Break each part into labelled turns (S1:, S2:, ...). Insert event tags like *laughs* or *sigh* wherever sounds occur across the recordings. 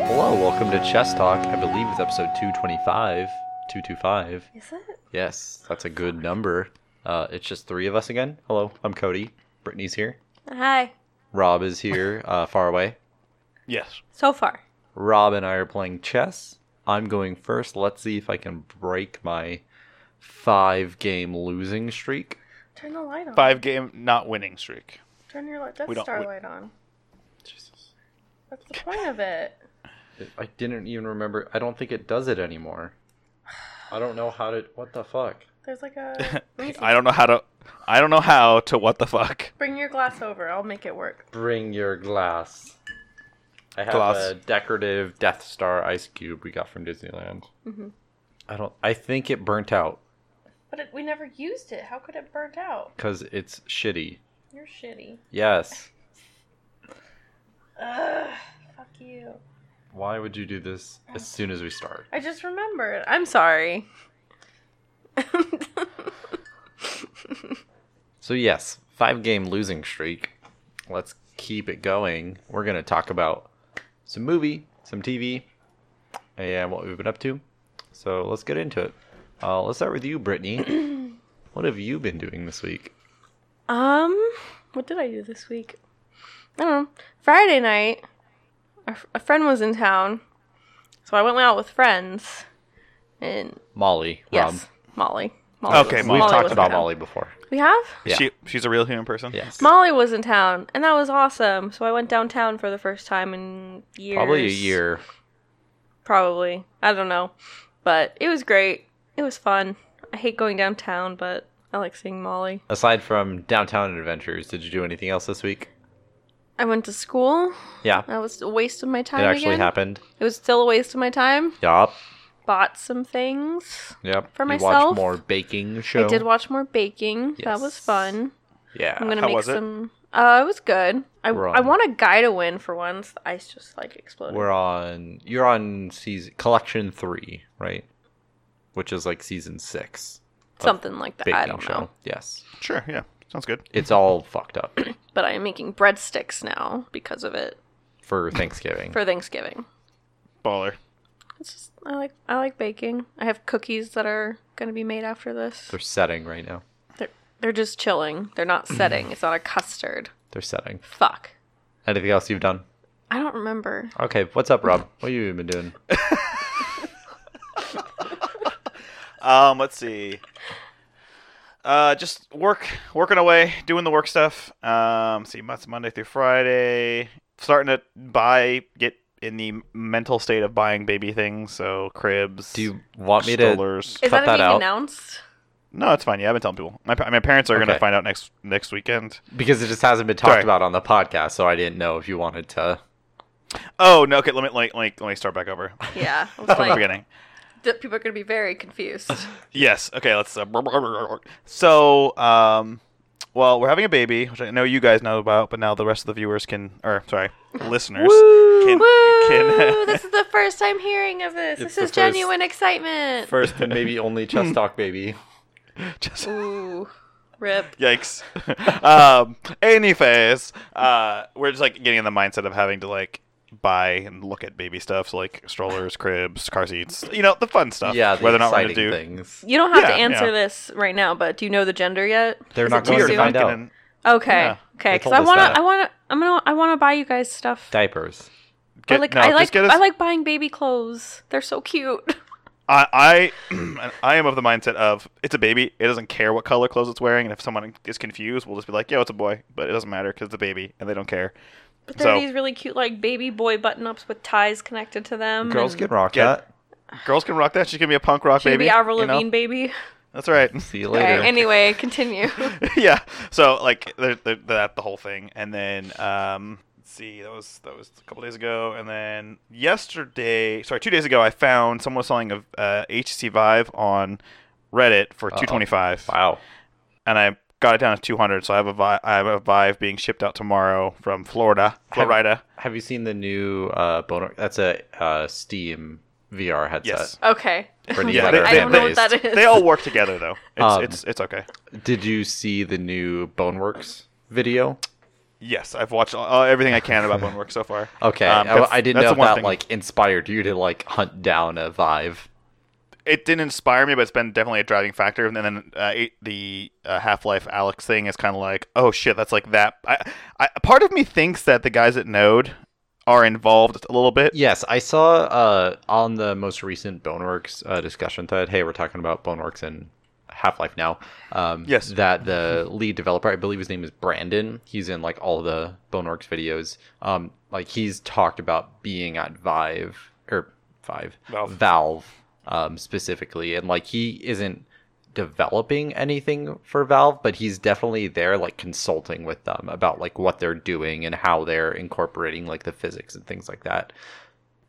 S1: Welcome to Chess Talk. I believe it's episode 225. 225.
S2: Is it?
S1: Yes, that's a good number. Uh, it's just three of us again. Hello, I'm Cody. Brittany's here.
S2: Hi.
S1: Rob is here, uh, far away.
S3: Yes.
S2: So far.
S1: Rob and I are playing chess. I'm going first. Let's see if I can break my five game losing streak.
S2: Turn the light on.
S3: Five game not winning streak.
S2: Turn your li- Death
S3: We don't-
S2: Star
S3: we-
S2: light on. That's
S3: *laughs*
S2: the point of it.
S1: I didn't even remember. I don't think it does it anymore. I don't know how to. What the fuck?
S2: There's like
S3: *laughs*
S2: a. Let me see.
S3: I don't know how to. I don't know how to what the fuck.
S2: Bring your glass over. I'll make it work.
S1: Bring your glass. I have
S3: Glass.
S1: a decorative Death Star ice cube we got from Disneyland.
S2: Mhm.
S1: I don't. I think it burnt out
S2: But it, we never used it. How could it burnt out?
S1: because it's shitty.
S2: You're shitty.
S1: Yes.
S2: Ugh. Fuck you.
S1: Why would you do this as soon as we start?
S2: I just remembered. I'm sorry. *laughs*
S1: So yes, five game losing streak. Let's keep it going. We're gonna talk about some movie, some TV, and what we've been up to. So let's get into it. Uh, let's start with you, Brittany. what have you been doing this week?
S2: Um, what did I do this week? I don't know. Friday night, a, f- a friend was in town, so I went out with friends. And
S1: Molly.
S2: yes,
S1: Rob.
S2: Molly. Molly
S3: Okay,
S2: was-
S3: we've
S2: Molly
S3: talked
S2: was in
S1: about
S2: town.
S1: Molly before.
S2: We have
S1: Yeah.
S3: She she's a real human person.
S1: Yes.
S2: Molly was in town, and that was awesome. So I went downtown for the first time in years.
S1: Probably a year.
S2: Probably. I don't know, but it was great. It was fun. I hate going downtown, but I like seeing Molly.
S1: Aside from Downtown Adventures, did you do anything else this week?
S2: I went to school.
S1: Yeah.
S2: That was a waste of my time.
S1: it actually
S2: again.
S1: happened.
S2: It was still a waste of my time.
S1: Yup.
S2: Bought some things.
S1: Yep.
S2: For
S1: you
S2: myself,
S1: watched more baking show.
S2: I did watch more baking. That
S1: Yes.
S2: was fun.
S1: Yeah.
S2: I'm gonna
S3: How
S2: make
S3: was it?
S2: some. Uh, it was good. I
S1: We're on.
S2: I want a guy to win for once. The ice just like exploded.
S1: We're on. You're on season collection three, right? Which is like season six.
S2: Something like that.
S1: Baking
S2: I don't
S1: show.
S2: know.
S1: Yes,
S3: Sure. Yeah. Sounds good.
S1: it's all fucked up
S2: But I'm making breadsticks now because of it
S1: for Thanksgiving.
S2: for Thanksgiving.
S3: Baller.
S2: It's just I like I like baking. I have cookies that are gonna be made after this.
S1: They're setting right now.
S2: They're they're just chilling.
S1: *laughs*
S2: They're not setting. it's not a custard.
S1: They're setting.
S2: Fuck.
S1: Anything else you've done?
S2: I don't remember.
S1: Okay, what's up, Rob? What have you been doing?
S3: Um. Let's see. Uh. Just work. Working away. Doing the work stuff. Um. See. That's Monday through Friday. Starting to buy. Get in the mental state of buying baby things. So cribs.
S1: Do you want me to?
S3: strollers.
S1: Cut
S2: Is that,
S1: that
S2: being
S1: out.
S2: announced?
S3: No, it's fine. Yeah, I've been telling people. My, pa- my parents are
S1: Okay.
S3: gonna find out next next weekend.
S1: Because it just hasn't been talked
S3: Sorry.
S1: about on the podcast, so I didn't know if you wanted to.
S3: Oh no. Okay. Let me let me, let me start back over *laughs* from
S2: Yeah.
S1: *laughs*
S2: I was
S3: the
S2: like,
S3: beginning.
S2: that people are going to be very confused.
S3: Yes. Okay. Let's. Uh, so, um, well, we're having a baby, which I know you guys know about, but now the rest of the viewers can, or sorry, listeners can,
S2: Woo!
S3: can *laughs*
S2: this is the first time hearing of
S1: It's
S2: this. This
S1: the
S2: is
S1: first-
S2: genuine excitement.
S1: First and *laughs* maybe only chess talk, baby.
S3: just
S2: Ooh, rip.
S3: yikes. *laughs* um, anyways, uh, we're just like getting in the mindset of having to like buy and look at baby stuff, so, like strollers, cribs, car seats, you know, the fun stuff.
S1: Yeah, the
S3: whether or not we're
S1: exciting
S3: gonna do.
S1: things.
S2: You don't have to
S3: Yeah,
S2: answer
S3: yeah.
S2: this right now, but do you know the gender yet?
S1: They're
S2: Is
S1: not
S2: it
S1: going
S2: too
S1: to
S3: Weird,
S2: soon?
S3: if I
S1: find out.
S3: can-
S2: Okay,
S3: Yeah.
S1: They
S2: okay, because
S1: told
S2: I
S1: us
S2: want
S1: that.
S2: to, I want to, I'm gonna, I want to buy you guys stuff.
S1: Diapers.
S2: I
S3: Get,
S2: like,
S3: no,
S2: I
S3: just
S2: like,
S3: get us
S2: I like buying baby clothes. They're so cute. *laughs*
S3: I I, *clears throat* I am of the mindset of it's a baby. It doesn't care what color clothes it's wearing, and if someone is confused, we'll just be like, "Yo, it's a boy," but it doesn't matter because it's a baby, and they don't care.
S2: But they're
S3: So
S2: these really cute, like baby boy button ups with ties connected to them.
S1: Girls
S2: and
S1: can rock
S3: Get-
S1: that.
S3: girls can rock that. She's gonna be a punk rock
S2: she could
S3: baby.
S2: be Avril
S3: you know?
S2: Lavigne baby.
S3: That's right.
S1: See you
S2: Okay,
S1: later.
S2: anyway, continue.
S3: *laughs*
S2: *laughs*
S3: yeah. So like they're, they're, that the whole thing, and then um, let's see, that was that was a couple days ago, and then yesterday, sorry, two days ago, I found someone was selling a uh, HTC Vive on Reddit for two twenty five.
S1: wow.
S3: and I got it down to 200. So I have a Vi- I have a Vive being shipped out tomorrow from Florida, Florida.
S1: Have you seen the new uh Boner? That's a uh, Steam VR headset.
S3: Yes.
S2: Okay.
S1: Brittany's
S3: Yeah,
S1: like,
S3: they-
S1: "I'm
S2: *laughs* I don't know what that
S1: amazed."
S2: is.
S3: They all work
S1: *laughs*
S3: together though. It's
S1: Um,
S3: it's it's okay.
S1: Did you see the new Boneworks video?
S3: Yes, I've watched all, everything I
S1: *laughs*
S3: can about Bone Work so far.
S1: Okay,
S3: Um,
S1: I,
S3: that's-
S1: I didn't know
S3: that's the
S1: if
S3: one
S1: that
S3: thing.
S1: like inspired you to like hunt down a Vive.
S3: It didn't inspire me, but it's been definitely a driving factor. And then uh, it, the uh, Half Life Alex thing is kind of like, oh shit, that's like that. I, I, part of me thinks that the guys at Node are involved a little bit.
S1: Yes, I saw uh, on the most recent Boneworks uh, discussion thread. Hey, we're talking about Boneworks and Half Life now. Um,
S3: Yes.
S1: that the lead developer, I believe his name is Brandon. He's in like all the Boneworks videos. Um, like he's talked about being at Vive or Vive
S3: Valve.
S1: Valve um, specifically, and like he isn't developing anything for Valve, but he's definitely there like consulting with them about like what they're doing and how they're incorporating like the physics and things like that.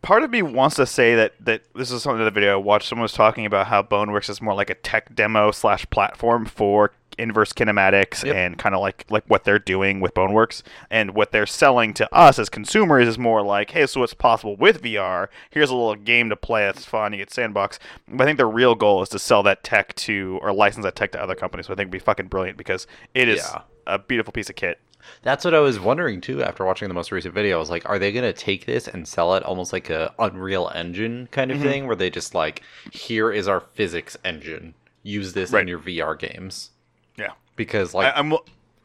S3: Part of me wants to say that, that this is something in the video I watched. Someone was talking about how Boneworks is more like a tech demo slash platform for inverse kinematics
S1: Yep.
S3: and kind of like like what they're doing with Boneworks and what they're selling to us as consumers is more like, hey, so what's possible with VR? Here's a little game to play that's fun. You get sandbox. But I think the real goal is to sell that tech to or license that tech to other companies. So I think it'd be fucking brilliant because it is
S1: Yeah.
S3: a beautiful piece of kit.
S1: That's what I was wondering too after watching the most recent video. I was like, are they gonna take this and sell it almost like a Unreal Engine kind
S3: Mm-hmm.
S1: of thing, where they just like, here is our physics engine, use this
S3: Right.
S1: in your VR games.
S3: Yeah,
S1: Because like,
S3: I, I'm.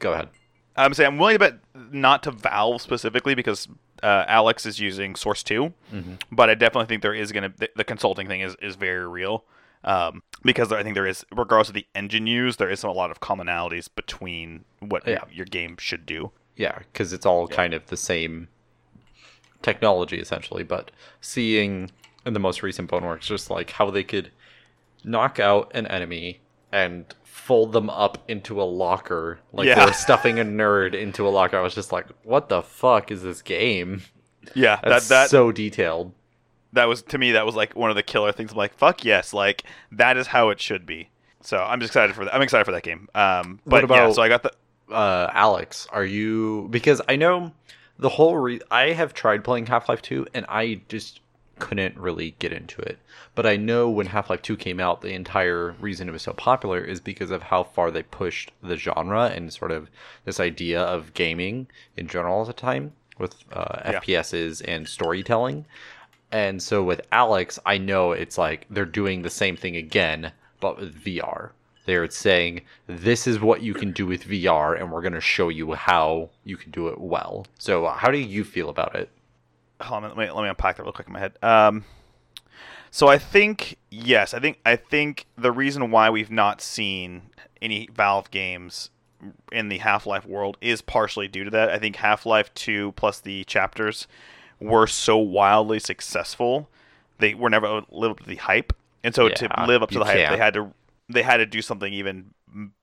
S1: go ahead.
S3: I'm saying I'm willing to bet not to Valve specifically because uh, Alex is using Source 2
S1: Mm-hmm.
S3: but I definitely think there is going to the, the consulting thing is is very real um, because I think there is regardless of the engine used, there is a lot of commonalities between what
S1: Yeah.
S3: your game should do.
S1: Yeah, because it's all kind of the same technology essentially. But seeing in the most recent Boneworks, just like how they could knock out an enemy and fold them up into a locker, like
S3: Yeah.
S1: they were stuffing a nerd into a locker. I was just like, what the fuck is this game?
S3: Yeah,
S1: That's
S3: that that
S1: so detailed.
S3: that was to me that was like one of the killer things. I'm like, fuck yes, like that is how it should be. So I'm just excited for that. I'm excited for that game. Um, but
S1: What
S3: yeah,
S1: about-
S3: so I got the
S1: uh, Alex, are you because I know the whole re- I have tried playing Half-Life 2 and I just couldn't really get into it. But I know when Half-Life 2 came out, the entire reason it was so popular is because of how far they pushed the genre and sort of this idea of gaming in general at the time with uh,
S3: Yeah.
S1: FPSs and storytelling. And so with Alex, I know it's like they're doing the same thing again, but with VR. They're saying, this is what you can do with VR, and we're going to show you how you can do it well. So, uh, how do you feel about it?
S3: hold on, let me let me unpack that real quick in my head. Um, so I think yes, I think I think the reason why we've not seen any Valve games in the Half Life world is partially due to that. I think Half Life Two plus the chapters were so wildly successful, they were never live up to the hype, and so to
S1: Yeah,
S3: live up to
S1: you
S3: the hype,
S1: can't.
S3: they had to they had to do something even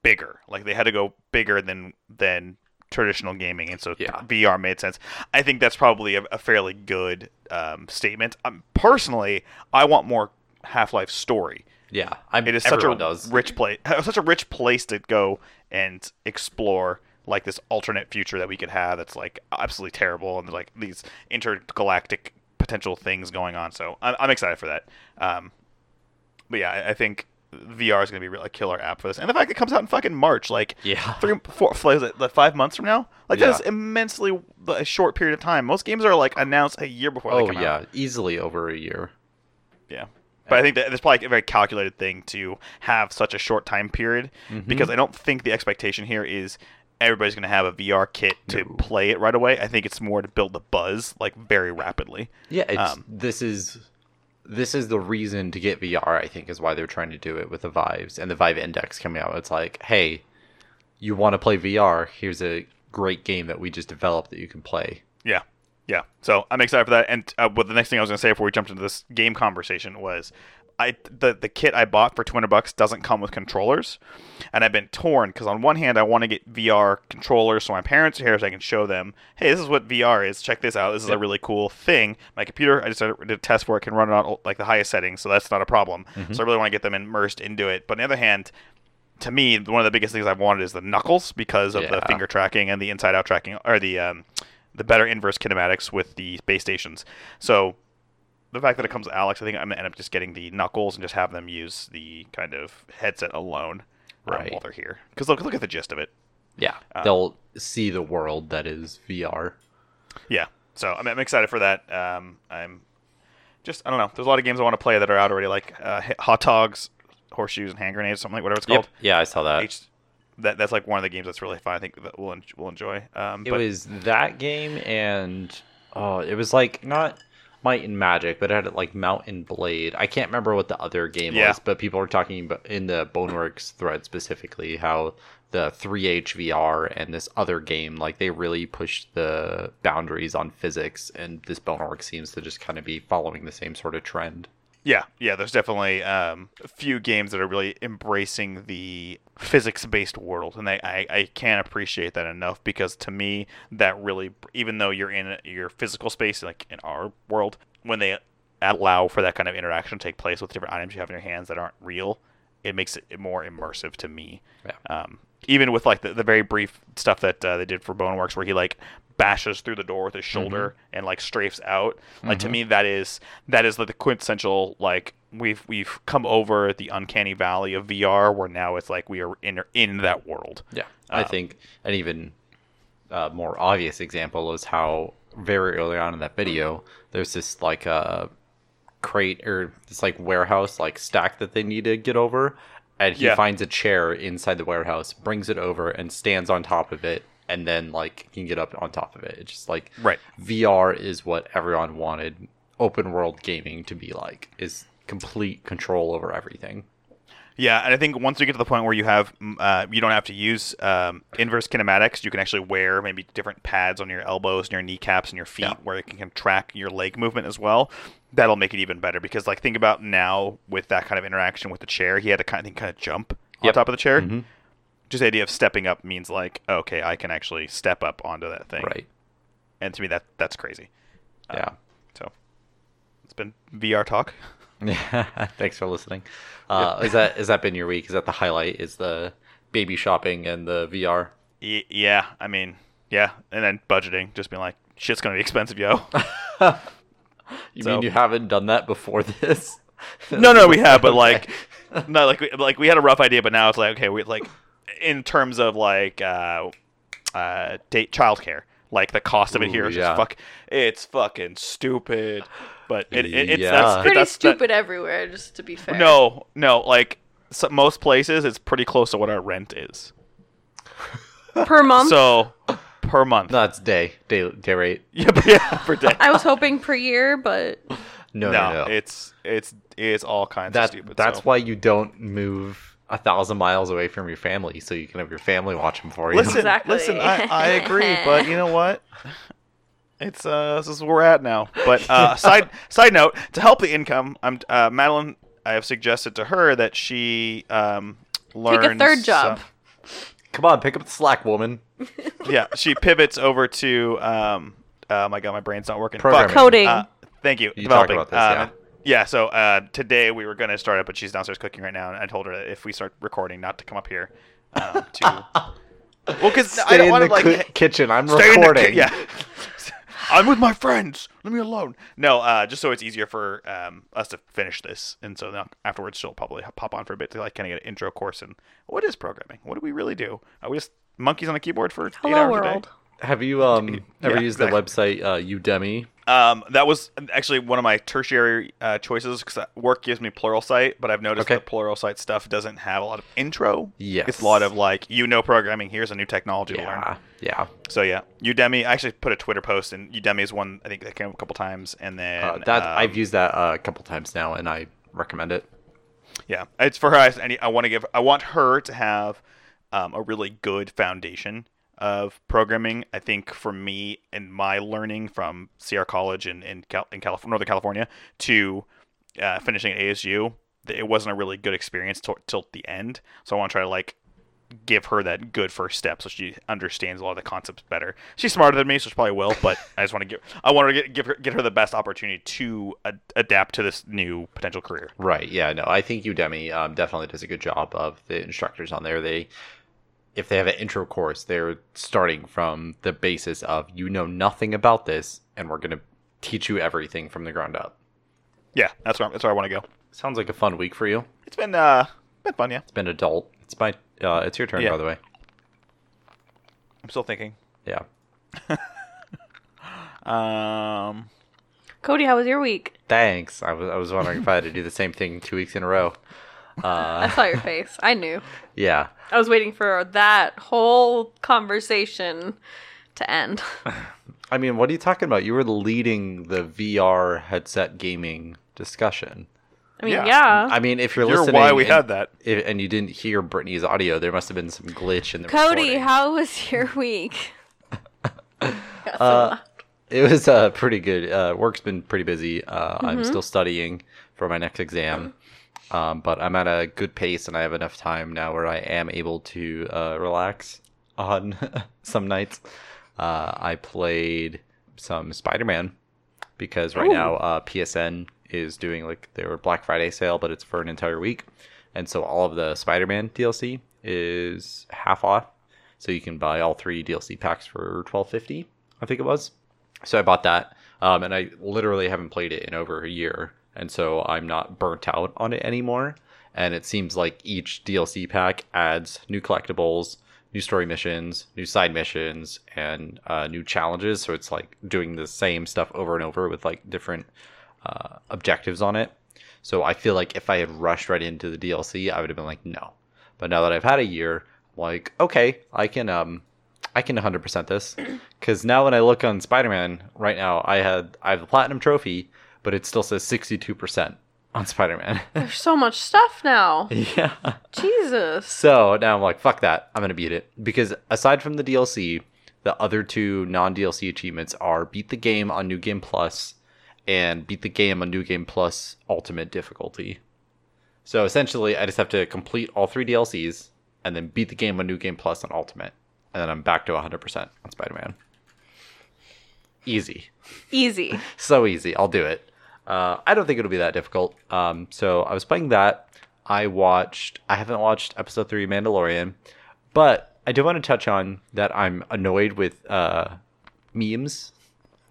S3: bigger. Like they had to go bigger than than traditional gaming, and so
S1: Yeah.
S3: VR made sense. I think that's probably a, a fairly good um, statement. Um, personally, I want more Half Life story.
S1: Yeah. I'm,
S3: It is such a
S1: everyone does.
S3: rich place, *laughs* such a rich place to go and explore like this alternate future that we could have. That's like absolutely terrible, and like these intergalactic potential things going on. So I'm, I'm excited for that. Um, but yeah, I, I think VR is going to be a killer app for this, and the fact it comes out in fucking March, like
S1: Yeah.
S3: *laughs* three, four, what is it, like five months from now? Like
S1: Yeah.
S3: that is immensely a short period of time. Most games are like announced a year before they
S1: oh,
S3: come
S1: yeah.
S3: out.
S1: Easily over a year.
S3: Yeah. But I think that it's probably a very calculated thing to have such a short time period because I don't think the expectation here is everybody's going to have a VR kit to
S1: No.
S3: play it right away. I think it's more to build the buzz like very rapidly.
S1: Yeah, it's,
S3: Um,
S1: this is this is the reason to get VR. I think is why they're trying to do it with the Vives and the Vive Index coming out. It's like, hey, you want to play VR? Here's a great game that we just developed that you can play.
S3: Yeah. Yeah. So I'm excited for that. And uh, what the next thing I was going to say before we jumped into this game conversation was I the, the kit I bought for 200 bucks doesn't come with controllers. And I've been torn because on one hand, I want to get VR controllers so my parents are here so I can show them, hey, this is what VR is. Check this out. This is a really cool thing. My computer, I just did a test where it can run it on like the highest settings. So that's not a problem. So I really want to get them immersed into it. But on the other hand, to me, one of the biggest things I've wanted is the knuckles because of the
S1: Yeah.
S3: finger tracking and the inside out tracking, or the um, the better inverse kinematics with the base stations. So the fact that it comes to Alex, I think I'm gonna end up just getting the knuckles and just have them use the kind of headset alone um,
S1: Right.
S3: while they're here. Because look, look at the gist of it.
S1: Yeah, they'll see the world that is VR.
S3: Yeah. So I'm, I'm excited for that. Um, I'm just I don't know. There's a lot of games I want to play that are out already, like uh, H- hot dogs, horseshoes, and hand grenades, something like whatever it's called.
S1: Yeah, I saw that.
S3: H- that that's like one of the games that's really fun. I think that we'll en- we'll enjoy. Um,
S1: it
S3: but
S1: was that game and oh, it was like not Might and Magic, but it had like Mountain Blade. I can't remember what the other game
S3: Yeah.
S1: was, but people were talking about in the Boneworks thread specifically how the 3HVR and this other game like they really pushed the boundaries on physics, and this Boneworks seems to just kind of be following the same sort of trend.
S3: yeah, yeah. There's definitely um, a few games that are really embracing the physics-based world, and I, I I can't appreciate that enough because to me that really, even though you're in your physical space, like in our world, when they allow for that kind of interaction to take place with different items you have in your hands that aren't real, it makes it more immersive to me.
S1: Yeah.
S3: um, even with like the, the very brief stuff that uh, they did for Boneworks, where he like bashes through the door with his shoulder and like strafes out. Like to me, that is that is like the quintessential like we've we've come over the uncanny valley of VR, where now it's like we are in in that world.
S1: Yeah, I think an even uh, more obvious example is how very early on in that video, there's this like uh, crate or this like warehouse like stack that they need to get over, and he
S3: Yeah.
S1: finds a chair inside the warehouse, brings it over, and stands on top of it, and then like can get up on top of it. It's just like
S3: Right.
S1: VR is what everyone wanted open world gaming to be like is complete control over everything.
S3: Yeah, and I think once you get to the point where you have, mm, uh, you don't have to use um, inverse kinematics. You can actually wear maybe different pads on your elbows and your kneecaps and your feet,
S1: Yeah.
S3: where it can, can track your leg movement as well. That'll make it even better because, like, think about now with that kind of interaction with the chair, he had to kind of, think, kind of jump on
S1: Yep. Mm-hmm.
S3: top of the chair. Just the idea of stepping up means like, okay, I can actually step up onto that thing,
S1: Right.
S3: And to me, that that's crazy. Um,
S1: Yeah.
S3: So it's been VR talk.
S1: Yeah. *laughs* Thanks for listening. Uh, Is that has that been your week? Is that the highlight? Is the baby shopping and the VR?
S3: Y- yeah, I mean, yeah, and then budgeting, just being like, shit's gonna be
S1: *laughs*
S3: expensive, yo.
S1: You
S3: So-
S1: mean you haven't done that before *laughs* this?
S3: no, no, we have, but like, no, like, we, like we had a rough idea, but now it's like, okay, we like, in terms of like, uh, uh, date childcare, like the cost of it
S1: Ooh,
S3: here is
S1: yeah.
S3: just fuck, it's fucking stupid, but it, it, it's
S1: Yeah.
S3: that's,
S2: Pretty
S3: that's- that-
S2: stupid everywhere, just to be fair.
S3: no, no, like so, most places, it's pretty close to what our rent is.
S2: Per month.
S3: So per month,
S1: No, it's day day day rate.
S3: yep, *laughs* yeah, per day.
S2: I was hoping per year, but
S1: No,
S3: No,
S1: *laughs* no, no.
S3: it's it's it's all kinds
S1: that,
S3: of stupid.
S1: that's
S3: so.
S1: why you don't move a thousand miles away from your family, so you can have your family watch them for you.
S3: Listen,
S2: Exactly.
S3: listen, I, I agree, but you know what? It's uh, this is where we're at now.
S1: *laughs*
S3: But uh, side side note to help the income, I'm uh, Madeline. I have suggested to her that she um learns
S2: third job.
S1: *laughs* Come on, pick up the slack, woman.
S3: some- *laughs* yeah, she pivots over to um. Oh my god, my brain's not working. Fuck.
S1: Programming.
S2: coding.
S3: Uh, thank you.
S1: You talked
S3: developing.
S1: about this,
S3: Um, yeah. So uh, today we were going to start it, but she's downstairs cooking right now, and I told her that if we start recording, not to come up here. Um,
S1: *laughs*
S3: to well, because I
S1: Stay
S3: don't
S1: in
S3: want
S1: the
S3: to like
S1: ki- kitchen. I'm
S3: stay in the
S1: recording.
S3: ki- yeah. *laughs* I'm with my friends. Let me alone. No, uh, just so it's easier for um, us to finish this, and so then afterwards she'll probably pop on for a bit to like kind of get an intro course and what is programming? What do we really do? Are we just monkeys on a keyboard for eight
S2: hello
S3: hours a day?
S2: world.
S1: Have you um *laughs* ever
S3: Yeah,
S1: used
S3: exactly.
S1: the website uh, Udemy?
S3: Um, that was actually one of my tertiary uh, choices because work gives me plural site, but I've noticed
S1: Okay.
S3: the plural site stuff doesn't have a lot of intro.
S1: Yes.
S3: It's a lot of like, you know, programming. Here's a new technology to learn.
S1: Yeah, yeah.
S3: So yeah, Udemy. I actually put a Twitter post, and Udemy is one I think that came up a couple times, and then
S1: Uh, that
S3: um,
S1: I've used that uh, a couple times now, and I recommend it.
S3: yeah, it's for her. I, I, need- I want to give. I want her to have um, a really good foundation of programming. I think for me and my learning from Sierra College in in, Cal- in Calif- Northern California to uh, finishing at ASU, th- it wasn't a really good experience till till the end. So I want to try to like give her that good first step so she understands a lot of the concepts better. She's smarter than me, so she probably will. But I just want to give I want her to get, give her get her the best opportunity to ad- adapt to this new potential career.
S1: Right. Yeah. No, I think Udemy um, definitely does a good job of the instructors on there. They, if they have an intro course, they're starting from the basis of you know nothing about this, and we're gonna teach you everything from the ground up.
S3: Yeah, that's where that's where I want to go.
S1: Sounds like a fun week for you.
S3: It's been uh been fun, yeah.
S1: It's been adult. It's my. Uh, it's your turn,
S3: Yeah.
S1: by the way.
S3: I'm still thinking.
S1: Yeah.
S3: Um,
S2: Cody, how was your week?
S1: Thanks. I was I was wondering if I had to do the same thing two weeks in a row.
S2: I
S1: Uh,
S2: saw
S3: *laughs*
S2: your face. I knew.
S1: yeah.
S2: I was waiting for that whole conversation to end.
S1: I mean, what are you talking about? You were leading the VR headset gaming discussion.
S2: I mean,
S3: Yeah.
S2: yeah.
S1: I mean, if you're,
S3: you're
S1: listening,
S3: why we
S1: and,
S3: had that.
S1: if, and you didn't hear Brittany's audio, there must have been some glitch in the
S2: Cody,
S1: recording.
S2: how was your week? Got so loud.
S1: it was uh, pretty good. Uh, work's been pretty busy. Uh, I'm still studying for my next exam, um, but I'm at a good pace, and I have enough time now where I am able to uh, relax on *laughs* some nights. Uh, I played some Spider-Man because right
S2: Ooh.
S1: now uh, PSN is doing like their Black Friday sale, but it's for an entire week, and so all of the Spider-Man DLC is half off. So you can buy all three DLC packs for twelve fifty, I think it was. So I bought that, um, and I literally haven't played it in over a year, and so I'm not burnt out on it anymore. And it seems like each DLC pack adds new collectibles, new story missions, new side missions, and uh, new challenges. So it's like doing the same stuff over and over with like different uh, objectives on it. So I feel like if I had rushed right into the DLC, I would have been like, no. But now that I've had a year, I'm like, okay, I can um, I can 100% this because now when I look on Spider-Man right now, I had I have the platinum trophy, but it still says 62% on Spider-Man. *laughs*
S2: There's so much stuff now.
S1: yeah.
S2: Jesus.
S1: So now I'm like, fuck that. I'm gonna beat it because aside from the DLC, the other two non-DLC achievements are beat the game on New Game Plus and beat the game on New Game Plus Ultimate difficulty. So essentially, I just have to complete all three DLCs and then beat the game on New Game Plus on Ultimate, and then I'm back to 100% on Spider-Man. Easy
S2: Easy.
S1: so easy. I'll do it. Uh, I don't think it'll be that difficult. Um, so I was playing that. I watched. I haven't watched episode three Mandalorian, but I do want to touch on that. I'm annoyed with uh, memes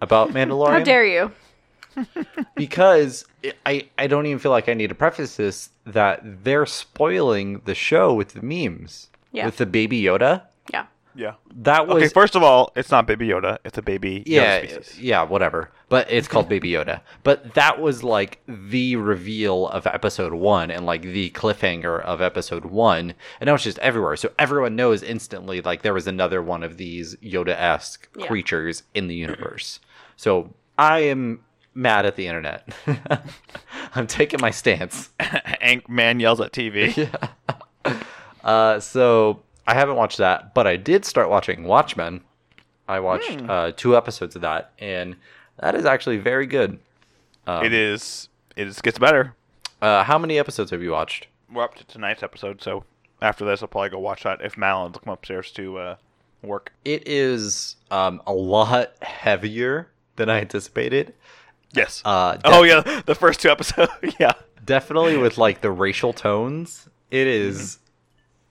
S1: about Mandalorian
S2: *laughs* How dare you?
S1: because it- I I don't even feel like I need to preface this that they're spoiling the show with the memes
S2: Yeah.
S1: with the baby Yoda.
S2: Yeah.
S3: Yeah.
S1: That was
S3: Okay, first of all, it's not Baby Yoda. It's a baby
S1: yeah,
S3: Yoda species.
S1: yeah, whatever. But it's called Baby Yoda. But that was like the reveal of episode one and like the cliffhanger of episode one. And now it's just everywhere. So everyone knows instantly like there was another one of these Yoda esque
S2: Yeah.
S1: creatures in the universe. So I am mad at the internet. *laughs* I'm taking my stance.
S3: *laughs* Ank man yells at
S1: *laughs*
S3: TV.
S1: Uh, so I haven't watched that, but I did start watching Watchmen. I watched uh, two episodes of that, and that is actually very good.
S3: it is. It is, gets better.
S1: Uh, how many episodes have you watched?
S3: We're up to tonight's episode, so after this, I'll probably go watch that if Malin's come upstairs to uh, work.
S1: It is um, a lot heavier than I anticipated.
S3: Yes.
S1: Uh,
S3: oh yeah, *laughs* the first two episodes. yeah.
S1: Definitely with like the racial tones. It is,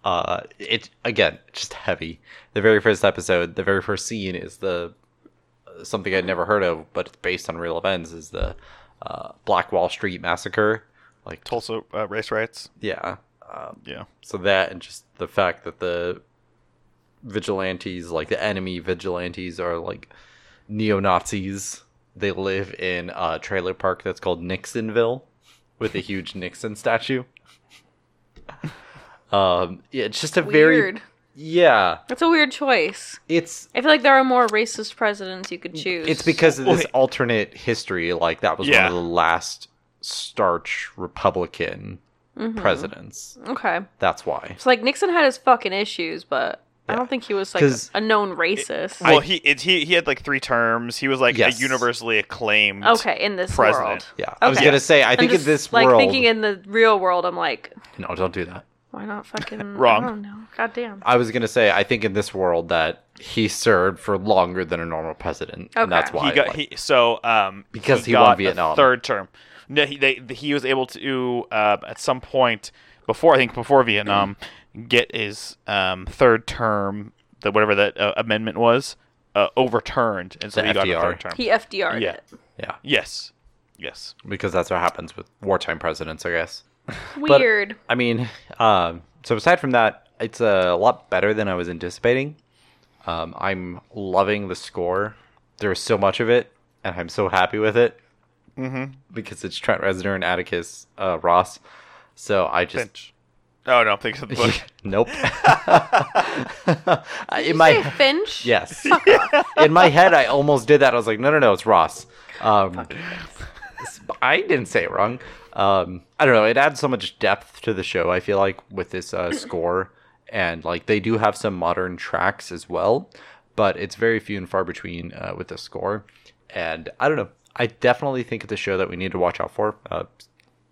S1: uh, it again just heavy. The very first episode, the very first scene is the uh, something I'd never heard of, but it's based on real events. Is the uh, Black Wall Street massacre? Like
S3: Tulsa uh, race riots.
S1: yeah,
S3: Yeah.
S1: so that and just the fact that the vigilantes like the enemy vigilantes are like neo-nazis they live in a trailer park that's called nixonville with a huge nixon statue *laughs* um yeah it's just a
S2: Weird.
S1: very yeah
S2: That's a weird choice.
S1: it's
S2: I feel like there are more racist presidents you could choose.
S1: it's because of this
S3: Wait.
S1: alternate history like that was one
S3: Yeah.
S1: of the last starch republican
S2: Mm-hmm.
S1: presidents
S2: okay.
S1: that's why
S2: So like Nixon had his fucking issues, but I don't think he was like
S1: 'Cause
S2: a known racist.
S3: Well, he it, he he had like three terms. He was like
S1: Yes.
S3: a universally acclaimed.
S2: okay, in this
S3: president.
S2: world.
S1: yeah i was
S2: Okay.
S1: gonna say i
S2: I'm
S1: think
S2: just,
S1: in this
S2: like
S1: world
S2: thinking in the real world, I'm like,
S1: no don't do that
S2: why
S1: *laughs*
S2: not fucking
S3: Wrong.
S2: I don't know. God damn.
S1: I was gonna say, I think in this world that he served for longer than a normal president, and
S2: Okay.
S1: that's why.
S3: He got
S1: like-
S3: he so um
S1: Because he
S3: got
S1: won
S3: a
S1: Vietnam.
S3: third term. No, he they, he was able to uh, at some point before I think before Vietnam get his um third term the whatever that uh, amendment was uh, overturned and so
S1: The
S3: he got a
S1: FDR.
S3: third term.
S2: He FDR'd
S3: Yeah.
S2: it.
S1: yeah,
S3: yes. Yes.
S1: because that's what happens with wartime presidents, I guess. But,
S2: Weird.
S1: *laughs* I mean, um, so aside from that, it's a lot better than I was anticipating. Um, I'm loving the score. There's so much of it, and I'm so happy with it
S3: Mm-hmm.
S1: because it's Trent Reznor and Atticus uh, Ross. So I just
S3: Finch. Oh no, think of
S1: *laughs*
S3: the book.
S2: *laughs*
S1: nope.
S2: Did
S1: in
S2: you say
S1: my *laughs*
S2: Finch?
S1: yes, in my head, I almost did that. I was like, no, no, no, it's Ross. Um, *laughs* I didn't say it wrong. Um, I don't know. It adds so much depth to the show. I feel like with this uh, score, and like they do have some modern tracks as well, but it's very few and far between uh, with the score. And I don't know. I definitely think it's a show that we need to watch out for. Uh,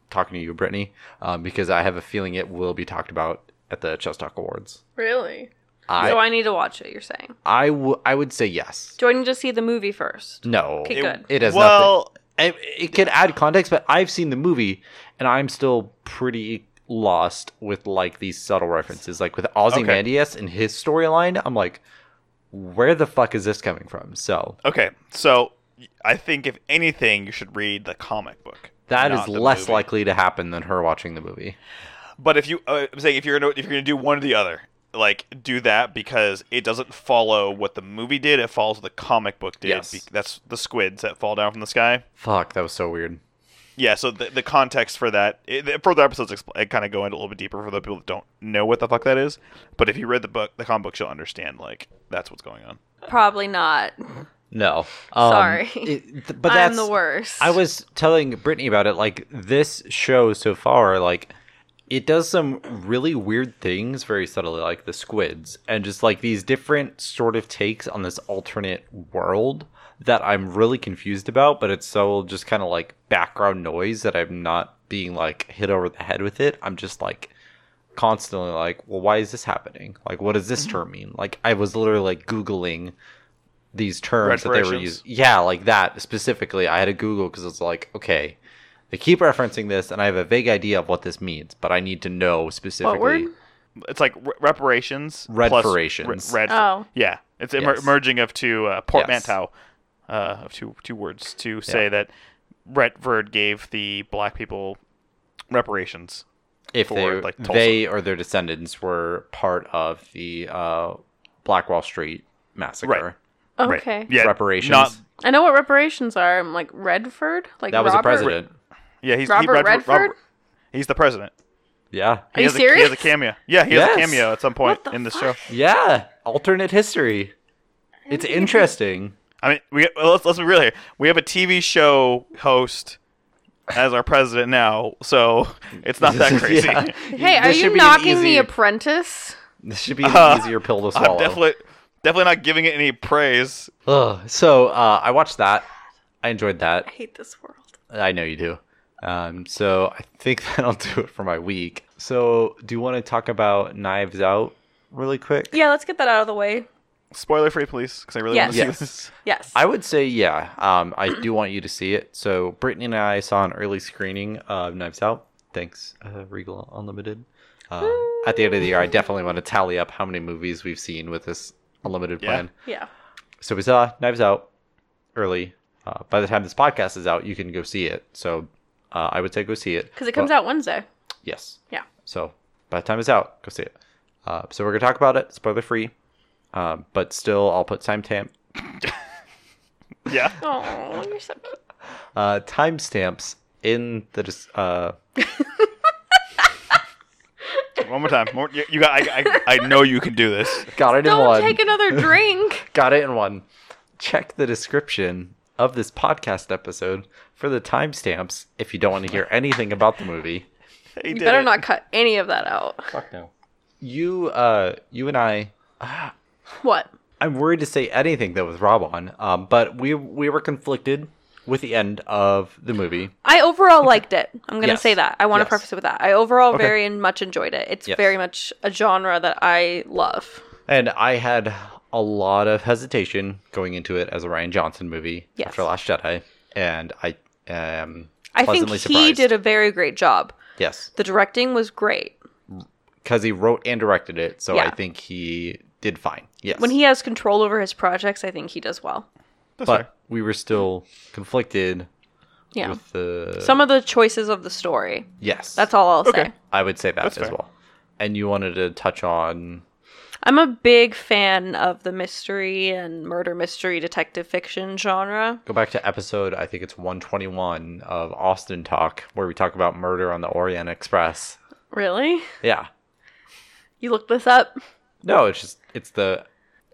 S1: talking to you, Brittany, um, because I have a feeling it will be talked about at the Chess Talk Awards.
S2: Really?
S1: I
S2: so I need to watch it, you're saying.
S1: I, w- I would say yes.
S2: Do I need to see the movie first?
S1: No,
S2: Okay, good.
S1: it has nothing.
S3: well,
S1: it, it could add context, but I've seen the movie and I'm still pretty lost with like these subtle references. Like with Ozymandias and his storyline, I'm like, where the fuck is this coming from? So
S3: okay. So I think if anything, you should read the comic book.
S1: that is
S3: not the
S1: less
S3: movie.
S1: likely to happen than her watching the movie.
S3: But if you, uh, I'm saying if you're gonna, if you're gonna do one or the other, like do that because it doesn't follow what the movie did. It follows what the comic book did.
S1: Yes.
S3: that's the squids that fall down from the sky.
S1: Fuck, that was so weird.
S3: Yeah. So the, the context for that, it, the further episodes expl- kind of go into a little bit deeper for the people that don't know what the fuck that is. But if you read the book, the comic book, you'll understand like that's what's going on.
S2: Probably not.
S1: No, Um,
S2: Sorry.
S1: it- th- but
S2: *laughs* I'm
S1: that's
S2: the worst.
S1: I was telling Brittany about it. Like this show so far, like it does some really weird things very subtly, like the squids, and just like these different sort of takes on this alternate world that I'm really confused about. But it's so just kind of like background noise that I'm not being like hit over the head with it. I'm just like constantly like, well, why is this happening? Like, what does
S3: Mm-hmm.
S1: this term mean? Like, I was literally like googling these terms that they were
S3: Reparations?
S1: using. Yeah, like that specifically. I had to Google because it's like, okay, they keep referencing this, and I have a vague idea of what this means, but I need to know specifically.
S2: word?
S3: It's like re- reparations,
S1: Redferations.
S3: Plus re- red,
S2: Oh.
S3: yeah. It's a mer-
S1: Yes.
S3: merging of two uh, portmanteau uh, of two two words to say that Redford gave the black people reparations.
S1: If
S3: for,
S1: they,
S3: like, Tulsa.
S1: they or their descendants were part of the uh, Black Wall Street massacre.
S3: Right. Right.
S2: Okay.
S3: Yeah,
S1: Reparations.
S3: Not,
S2: I know what reparations are. I'm like Redford? Like
S1: That was
S2: Robert?
S1: a president.
S3: yeah, he's
S2: Robert
S3: he, Redford,
S2: Redford?
S3: Robert- he's the president.
S1: Yeah.
S2: Are
S3: He
S2: you
S3: has A, he has a
S2: serious?
S3: cameo. Yeah, he has
S1: Yes.
S3: a cameo at some point
S2: What the
S3: in this
S2: fuck?
S3: show.
S1: Yeah. Alternate history. It's interesting.
S3: I mean, we well, let's let's be real here. We have a TV show host as our president now, so it's not that crazy.
S1: *laughs* Yeah.
S2: *laughs* Hey, are
S1: This should
S2: you
S1: be an
S2: knocking
S1: easy-
S2: The Apprentice?
S1: This should be an
S3: Uh,
S1: easier pill to
S3: I'm
S1: swallow.
S3: definitely definitely not giving it any praise.
S1: Ugh. So uh, I watched that. I enjoyed that.
S2: I hate this world.
S1: I know you do. Um, so I think *laughs* that'll do it for my week. So do you want to talk about Knives Out really quick?
S2: Yeah, let's get that out of the way.
S3: Spoiler free, please, because I really want to
S1: Yes.
S3: see this. *laughs*
S2: Yes.
S1: I would say yeah. Um, I do want you to see it. So Brittany and I saw an early screening of Knives Out. Thanks, uh, Regal Unlimited. Uh, at the end of the year, I definitely want to tally up how many movies we've seen with this unlimited
S3: Yeah.
S1: plan.
S2: yeah.
S1: so we saw Knives Out early. Uh, by the time this podcast is out, you can go see it. So uh, I would say go see it
S2: Because it comes out Wednesday.
S1: Yes.
S2: Yeah.
S1: So by the time it's out, go see it. Uh, so we're gonna talk about it, spoiler free, um, but still, I'll put timestamp
S3: Yeah.
S2: Oh, you're so cute.
S1: uh, timestamps in the dis- uh,
S3: One more time. More, you, you got. I,
S2: *laughs*
S3: I, I know you can do this.
S1: got it in
S2: Don't
S1: one. *laughs*
S2: take another drink.
S1: Got it in one. Check the description of this podcast episode for the timestamps if you don't want to hear anything about the movie.
S3: He
S2: You
S3: did
S2: better
S3: it.
S2: not cut any of that out.
S1: Fuck no. You, uh, you and I
S2: What?
S1: I'm worried to say anything though with Rob on, um, but we we were conflicted with the end of the movie.
S2: I overall liked it. I'm going to
S1: Yes.
S2: say that. I want to
S1: Yes.
S2: preface it with that. I overall
S1: Okay.
S2: very much enjoyed it. It's
S1: Yes.
S2: very much a genre that I love.
S1: And I had a lot of hesitation going into it as a Ryan Johnson movie
S2: Yes.
S1: after Last Jedi, and I am
S2: I think
S1: pleasantly
S2: he
S1: surprised.
S2: did a very great job.
S1: yes
S2: The directing was great.
S1: because he wrote and directed it, so I
S2: Yeah.
S1: think he did fine. Yes,
S2: When he has control over his projects, I think he does well.
S3: That's
S1: but
S3: fair.
S1: we were still conflicted
S2: Yeah.
S1: with the
S2: Some of the choices of the story.
S1: yes.
S2: That's all I'll
S3: Okay.
S2: say.
S1: I would say that
S3: That's
S1: as
S3: fair.
S1: well. And you wanted to touch on
S2: I'm a big fan of the mystery and murder mystery detective fiction genre.
S1: Go back to episode, I think it's 121 of Austin Talk, where we talk about murder on the Orient Express.
S2: Really?
S1: Yeah.
S2: You looked this up?
S1: No, it's just, it's the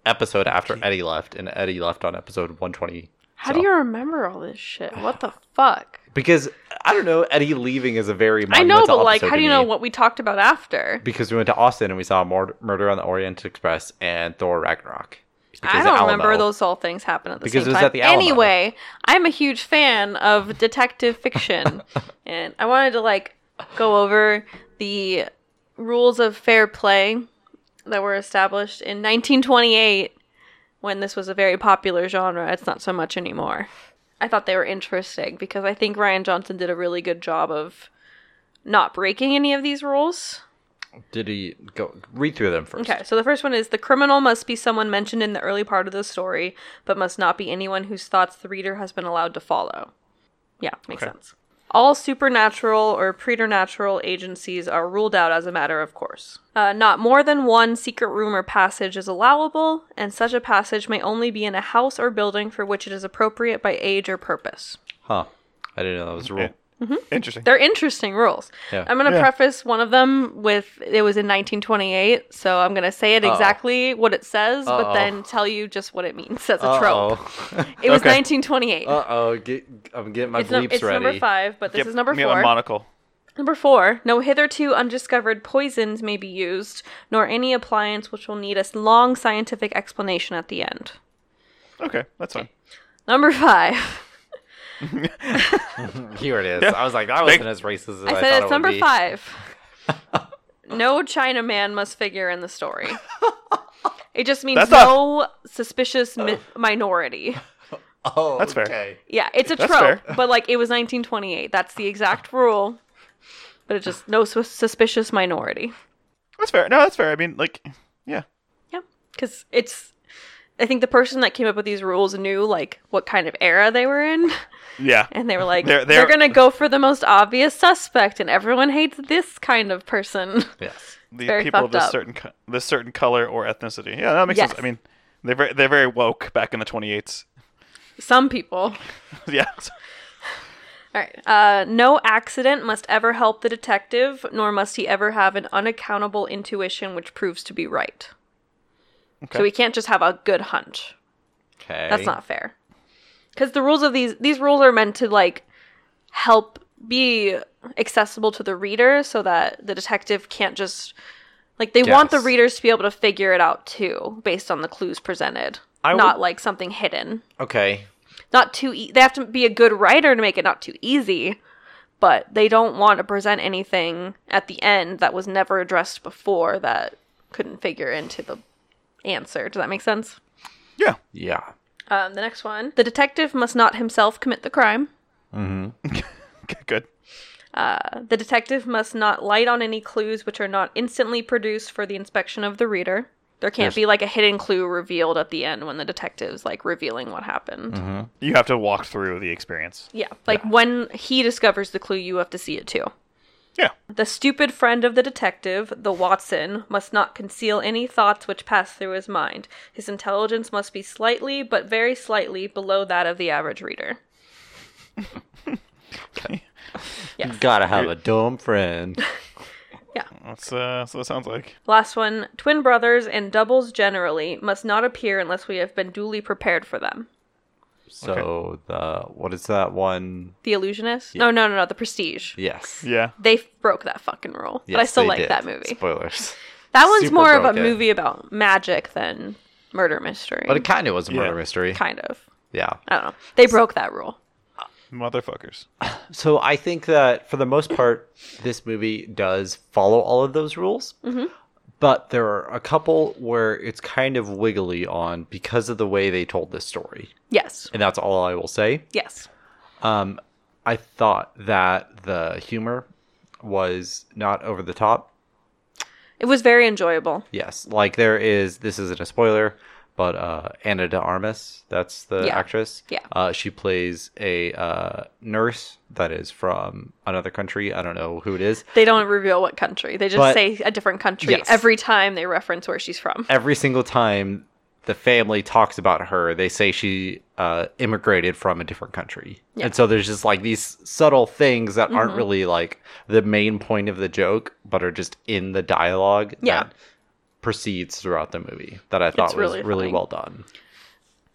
S1: episode after Eddie left, and Eddie left on episode 120.
S2: How
S1: So-
S2: do you remember all this *sighs* shit? What the fuck?
S1: Because, I don't know, Eddie leaving is a very
S2: I know,
S1: monumental
S2: but like,
S1: episode
S2: how
S1: to
S2: do you
S1: me.
S2: know what we talked about after?
S1: Because we went to Austin and we saw Mord- Murder on the Orient Express and Thor Ragnarok. Because
S2: I don't
S1: Alamo.
S2: remember those all things happen at the
S1: Because it
S2: same
S1: was
S2: time.
S1: at the Alamo.
S2: anyway, I'm a huge fan of
S1: *laughs*
S2: detective fiction, and I wanted to like go over the rules of fair play that were established in 1928 when this was a very popular genre. It's not so much anymore. I thought they were interesting because I think Ryan Johnson did a really good job of not breaking any of these rules.
S1: Did he go read through them first?
S2: Okay, so the first one is the criminal must be someone mentioned in the early part of the story, but must not be anyone whose thoughts the reader has been allowed to follow. Yeah, makes
S1: Okay.
S2: sense. All supernatural or preternatural agencies are ruled out as a matter of course. Uh, not more than one secret room or passage is allowable, and such a passage may only be in a house or building for which it is appropriate by age or purpose.
S1: Huh. I didn't know that was a rule.
S3: Okay.
S2: Mm-hmm.
S3: Interesting.
S2: They're interesting rules.
S1: Yeah.
S2: I'm going to
S3: Yeah.
S2: preface one of them with it was in 1928, so I'm going to say it
S1: Uh-oh.
S2: exactly what it says,
S1: Uh-oh.
S2: but then tell you just what it means as a trope.
S1: Uh-oh.
S2: It was
S3: Okay.
S2: 1928.
S1: Uh oh, get, I'm getting my
S2: it's no-
S1: bleeps
S2: it's
S1: ready.
S2: number five, but this
S3: Yep,
S2: is number
S3: me and my
S2: four.
S3: monocle.
S2: Number four, no hitherto undiscovered poisons may be used, nor any appliance which will need a s- long scientific explanation at the end.
S3: Okay, that's fine.
S2: Number five, *laughs*
S1: Here it is.
S3: Yeah.
S1: I was like, that
S3: Thank-
S1: wasn't as racist as I,
S2: I,
S1: thought
S2: said
S1: it
S2: it's number
S1: would be.
S2: five.
S3: *laughs*
S2: no Chinaman must figure in the story. It just means
S3: That's not-
S2: no suspicious mi- minority.
S1: Oh,
S3: That's fair.
S1: okay.
S2: Yeah, it's a
S3: That's
S2: trope,
S3: fair.
S2: but like it was 1928. That's the exact rule. But it just no sus- suspicious minority.
S3: That's fair. No, that's fair. I mean, like, yeah.
S2: Yeah, because it's. I think the person that came up with these rules knew like what kind of era they were in,
S3: Yeah.
S2: and they were like,
S3: They're-
S2: they're,
S3: they're-
S2: gonna go for the most obvious suspect, and everyone hates this kind of person." *laughs*
S1: Yes.
S3: The
S2: very
S3: people of
S2: fucked
S3: this
S2: up.
S3: certain co- this certain color or ethnicity. Yeah, that makes
S2: Yes.
S3: sense. I mean, they're very, they're very woke back in the 28s.
S2: Some people.
S3: *laughs* yeah.
S2: All right. Uh, no accident must ever help the detective, nor must he ever have an unaccountable intuition which proves to be right.
S3: Okay.
S2: So he can't just have a good hunch.
S1: Okay.
S2: That's not fair. Because the rules of these these rules are meant to like help be accessible to the reader, so that the detective can't just like they want the
S1: Guess.
S2: readers to be able to figure it out too, based on the clues presented,
S1: I would-
S2: not like something hidden.
S1: Okay.
S2: Not too. E- they have to be a good writer to make it not too easy, but they don't want to present anything at the end that was never addressed before that couldn't figure into the answer. Does that make sense?
S3: Yeah.
S1: Yeah.
S2: Um, the next one. The detective must not himself commit the crime.
S3: Okay, Good.
S2: Uh, the detective must not light on any clues which are not instantly produced for the inspection of the reader. There can't
S1: Yes.
S2: be like a hidden clue revealed at the end when the detective's like revealing what happened.
S3: You have to walk through the experience.
S2: Yeah, like when he discovers the clue, you have to see it too.
S3: Yeah.
S2: The stupid friend of the detective, the Watson, must not conceal any thoughts which pass through his mind. His intelligence must be slightly, but very slightly, below that of the average reader. Yes.
S1: Gotta have a dumb
S2: *laughs*
S1: friend.
S3: *laughs* That's uh, so it sounds like.
S2: Last one twin brothers and doubles generally must not appear unless we have been duly prepared for them.
S1: So the what is that one?
S2: The Illusionist? No, no, no, no. The Prestige.
S1: Yes.
S3: Yeah.
S2: They f- broke that fucking rule, but I
S1: Yes,
S2: still
S1: they
S2: like
S1: did.
S2: that movie.
S1: Spoilers.
S2: that one's
S1: super
S2: more of a
S1: broke it.
S2: movie about magic than murder mystery.
S1: But it kind of was a murder
S3: Yeah.
S1: mystery.
S2: kind of.
S1: Yeah.
S2: I don't know. They broke that rule.
S3: Motherfuckers.
S1: So I think that for the most part, this movie does follow all of those rules.
S2: Mm-hmm.
S1: But there are a couple where it's kind of wiggly on because of the way they told this story.
S2: Yes.
S1: And that's all I will say.
S2: Yes.
S1: Um, I thought that the humor was not over the top.
S2: It was very enjoyable.
S1: Yes, like there is. This isn't a spoiler, but uh, Anna de Armas, that's the
S2: Yeah.
S1: actress.
S2: Yeah.
S1: Uh, she plays a uh, nurse that is from another country. I don't know who it is.
S2: They don't reveal what country. They just
S1: But-
S2: say a different country
S1: Yes.
S2: every time they reference where she's from.
S1: Every single time the family talks about her, they say she uh, immigrated from a different country.
S2: Yeah. Mm-hmm.
S1: And so there's just like these subtle things that aren't really like the main point of the joke, but are just in the dialogue
S2: Yeah.
S1: that proceeds throughout the movie that I thought
S2: really
S1: was really
S2: funny.
S1: well done.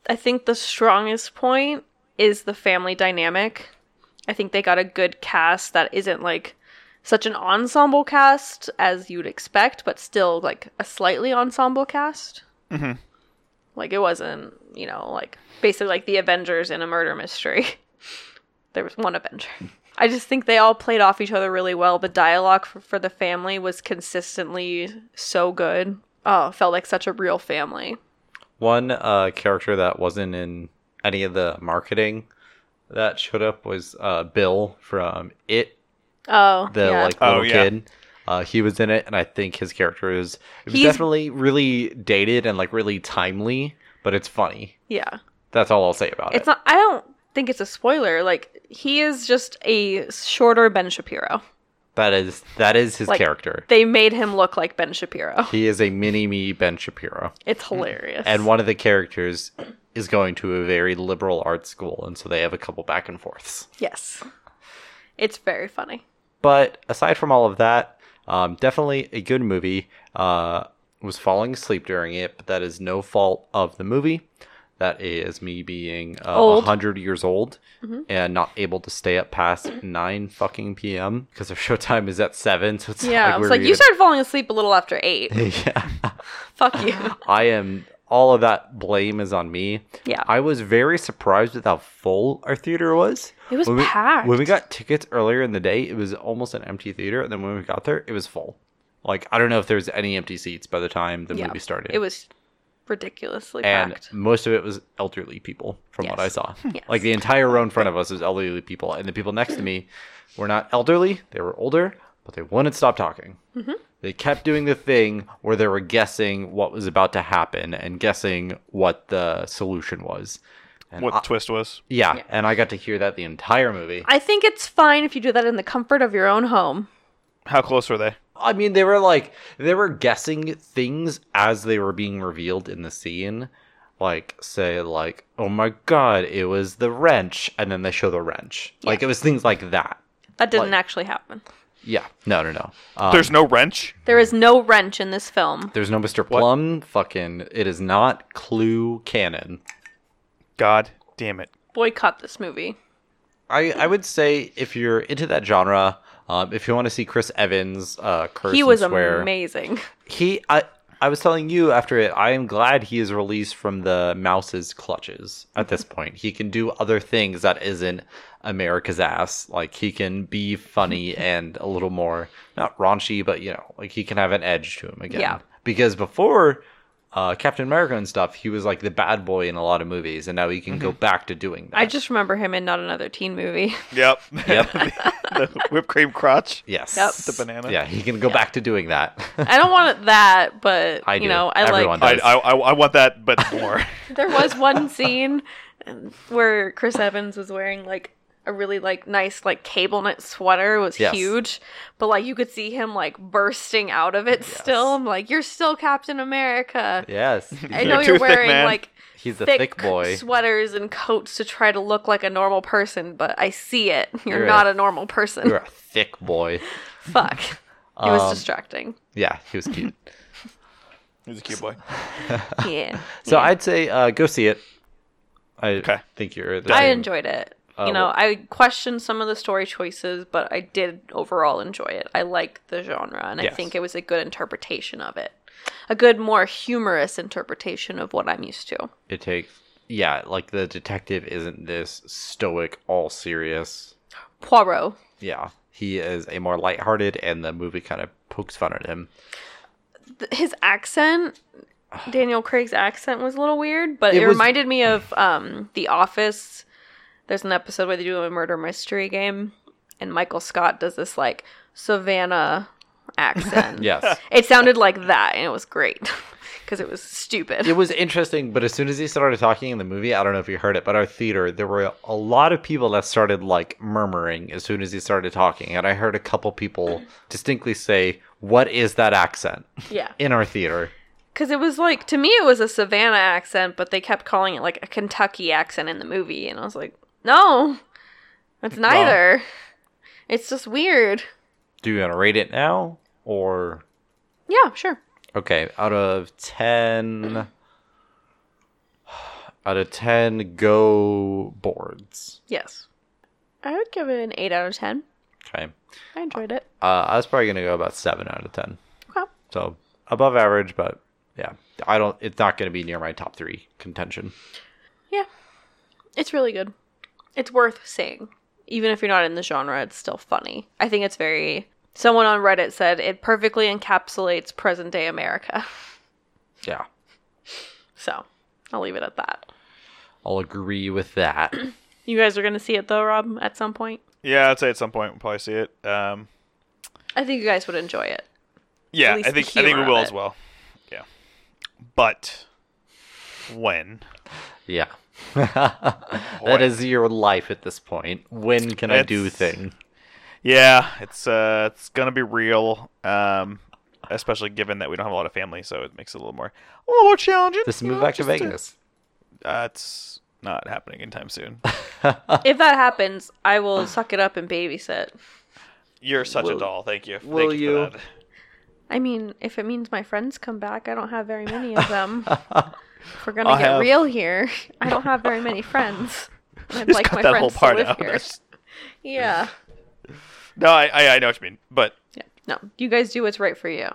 S2: I think the strongest point is the family dynamic. I think they got a good cast that isn't like such an ensemble cast as you'd expect, but still like a slightly ensemble cast.
S1: Mm-hmm.
S3: Mhm.
S2: Like it wasn't, you know, like basically like the Avengers in a murder mystery. *laughs* there was one Avenger. I just think they all played off each other really well. The dialogue for, for the family was consistently so good. Oh, it felt like such a real family.
S1: One uh, character that wasn't in any of the marketing that showed up was uh, Bill from It,
S2: Oh,
S1: the
S2: yeah.
S1: like
S3: Oh,
S1: little
S3: yeah.
S1: kid. Uh, he was in it, and I think his character is it was
S2: He's-
S1: definitely really dated and like really timely, but it's funny.
S2: Yeah.
S1: That's all I'll say about it.
S2: It's not I don't think it's a spoiler. Like he is just a shorter Ben Shapiro.
S1: that is that is his
S2: Like-
S1: character.
S2: They made him look like Ben Shapiro. *laughs*
S1: He is a mini me Ben Shapiro,
S2: It's hilarious.
S1: and one of the characters is going to a very liberal art school, and so they have a couple back and forths.
S2: yes. It's very funny.
S1: But aside from all of that, um, definitely a good movie. Uh, was falling asleep during it, but that is no fault of the movie. That is me being uh,
S2: Old. Mm-hmm.
S1: 100 years old and not able to stay up past 9 fucking p.m. because our *laughs* showtime is at 7. So it's not
S2: Yeah.
S1: like
S2: it's
S1: we're
S2: like you
S1: even-
S2: started falling asleep a little after
S1: *laughs*
S2: eight.
S1: yeah.
S2: Fuck you.
S1: *laughs* I am. All of that blame is on me.
S2: Yeah.
S1: I was very surprised with how full our theater was.
S2: It was
S1: when we,
S2: packed.
S1: When we got tickets earlier in the day, it was almost an empty theater. And then when we got there, it was full. Like, I don't know if there was any empty seats by the time the
S2: Yeah,
S1: movie started.
S2: It was ridiculously
S1: and
S2: packed.
S1: most of it was elderly people, from what I
S2: Yes.
S1: saw.
S2: *laughs* Yes.
S1: Like, the entire row in front of us was elderly people. And the people next to me were not elderly, they were older, but they wouldn't stop talking.
S2: Mm-hmm.
S1: They kept doing the thing where they were guessing what was about to happen and guessing what the solution was. And
S3: What
S1: I-
S3: the twist was?
S1: yeah,
S2: Yeah.
S1: and I got to hear that the entire movie.
S2: I think it's fine if you do that in the comfort of your own home.
S3: How close were they?
S1: I mean, they were like they were guessing things as they were being revealed in the scene. Like say like, oh my god, it was the wrench, and then they show the wrench. Like it was things like that.
S2: That didn't
S1: Like-
S2: actually happen.
S1: Yeah. No, no, no. Um,
S3: There's no wrench.
S2: There is no wrench in this film.
S1: there's no Mr. Plum. Fucking, it is not Clue canon.
S3: God damn it.
S2: Boycott this movie.
S1: I I would say if you're into that genre, um, if you want to see Chris Evans, uh, curse
S2: He
S1: and
S2: was
S1: swear,
S2: amazing.
S1: he I I was telling you after it, I am glad he is released from the mouse's clutches
S2: Mm-hmm.
S1: at this point. He can do other things that isn't America's ass. Like he can be
S2: *laughs*
S1: funny and a little more not raunchy, but you know, like he can have an edge to him again.
S2: Yeah.
S1: Because before uh, Captain America and stuff, he was like the bad boy in a lot of movies, and now he can go back to doing that.
S2: Mm-hmm. I just remember him in not another teen movie. *laughs*
S3: Yep.
S1: Yep.
S3: *laughs* the whipped cream crotch.
S1: yes.
S2: Yep.
S3: The banana.
S1: Yeah, he can go back to doing that. *laughs*
S2: I don't want it that, but
S1: I
S2: you
S1: do.
S2: know, I
S1: Everyone
S2: like.
S1: does.
S3: I, I, I, I want that, but more. *laughs*
S2: There was one scene where Chris Evans was wearing like a really like nice like cable knit sweater. It was
S1: Yes.
S2: huge, but like you could see him like bursting out of it. Still, I'm like, you're still Captain America.
S1: yes.
S2: I know
S3: You're
S2: you're
S3: too thick,
S2: wearing
S3: man.
S2: like
S1: He's a
S2: thick,
S1: thick boy.
S2: sweaters and coats to try to look like a normal person, but I see it. *laughs* You're,
S1: You're
S2: not
S1: a-
S2: a normal person.
S1: You're a thick boy.
S2: Fuck. It was
S1: Um, *laughs*
S2: distracting.
S1: Yeah, he was cute.
S3: He's a cute boy.
S2: Yeah.
S1: *laughs* So
S2: Yeah.
S1: I'd say uh, go see it. I
S3: Okay.
S1: think you're. The
S2: I
S1: same.
S2: enjoyed it.
S1: Uh,
S2: you know,
S1: well-
S2: I questioned some of the story choices, but I did overall enjoy it. I like the genre, and I
S1: Yes.
S2: think it was a good interpretation of it. A good, more humorous interpretation of what I'm used to.
S1: It takes. Yeah, like the detective isn't this stoic, all serious.
S2: Poirot.
S1: Yeah, he is a more lighthearted, and the movie kind of pokes fun at him.
S2: Th- His
S1: *sighs*
S2: accent, Daniel Craig's accent, was a little weird, but
S1: It
S2: it,
S1: was-
S2: reminded me
S1: *sighs*
S2: of um, The Office. There's an episode where they do a murder mystery game, and Michael Scott does this, like,
S1: *laughs*
S2: Savannah
S1: *laughs*
S2: accent.
S1: Yes,
S2: It sounded like that, and it was great. *laughs* because it was stupid.
S1: It was interesting, but as soon as he started talking in the movie, I don't know if you heard it, but our theater, there were a lot of people that started like murmuring as soon as he started talking. And I heard a couple
S2: *laughs*
S1: people distinctly say, What is that accent?
S2: yeah.
S1: in our theater.
S2: Because it was like, to me, it was a Savannah accent, but they kept calling it like a Kentucky accent in the movie. And I was like, no, it's neither. It's just weird.
S1: Do you want to rate it now? Or,
S2: Yeah, sure.
S1: okay, out of 10. Out of 10 go boards.
S2: Yes. I would give it an 8 out of 10.
S1: Okay.
S2: I enjoyed it.
S1: Uh, I was probably going to go about 7 out of 10.
S2: Okay.
S1: So above average, but yeah, I don't. It's not going to be near my top three contention.
S2: Yeah. It's really good. It's worth seeing. Even if you're not in the genre, it's still funny. I think it's very. Someone on Reddit said it perfectly encapsulates present day America. *laughs*
S1: Yeah,
S2: So I'll leave it at that.
S1: I'll agree with that. *clears throat*
S2: You guys are going to see it though, Rob, at some point.
S3: Yeah, I'd say at some point we'll probably see it. Um,
S2: I think you guys would enjoy *laughs* it. At
S3: yeah,
S2: least
S3: I think
S2: the
S3: I think we
S2: humor
S3: will
S2: of
S3: as
S2: it.
S3: well. Yeah, but when?
S1: yeah, *laughs* that is your life at this point. When can I do
S3: It's-
S1: thing?
S3: Yeah, it's uh, it's gonna be real. Um, especially given that we don't have a lot of family, so it makes it a little more a little more challenging.
S1: Just
S3: you
S1: move
S3: know,
S1: back to
S3: just
S1: Vegas.
S3: Uh, it's not happening anytime soon. *laughs*
S2: If that happens, I will suck it up and babysit.
S3: You're such
S1: Will-
S3: a doll. Thank you. Thank
S1: will
S3: for
S1: you?
S3: that.
S2: I mean, if it means my friends come back, I don't have very many of *laughs* them. if we're gonna
S3: I'll
S2: get
S3: have-
S2: real here, I don't have very many *laughs* friends. I'd
S3: Just
S2: like my
S3: cut that whole
S2: friends to
S3: part
S2: live
S3: out.
S2: here. Yeah.
S3: *laughs* No, I, I I know what you mean, but
S2: yeah. No, you guys do what's right for you.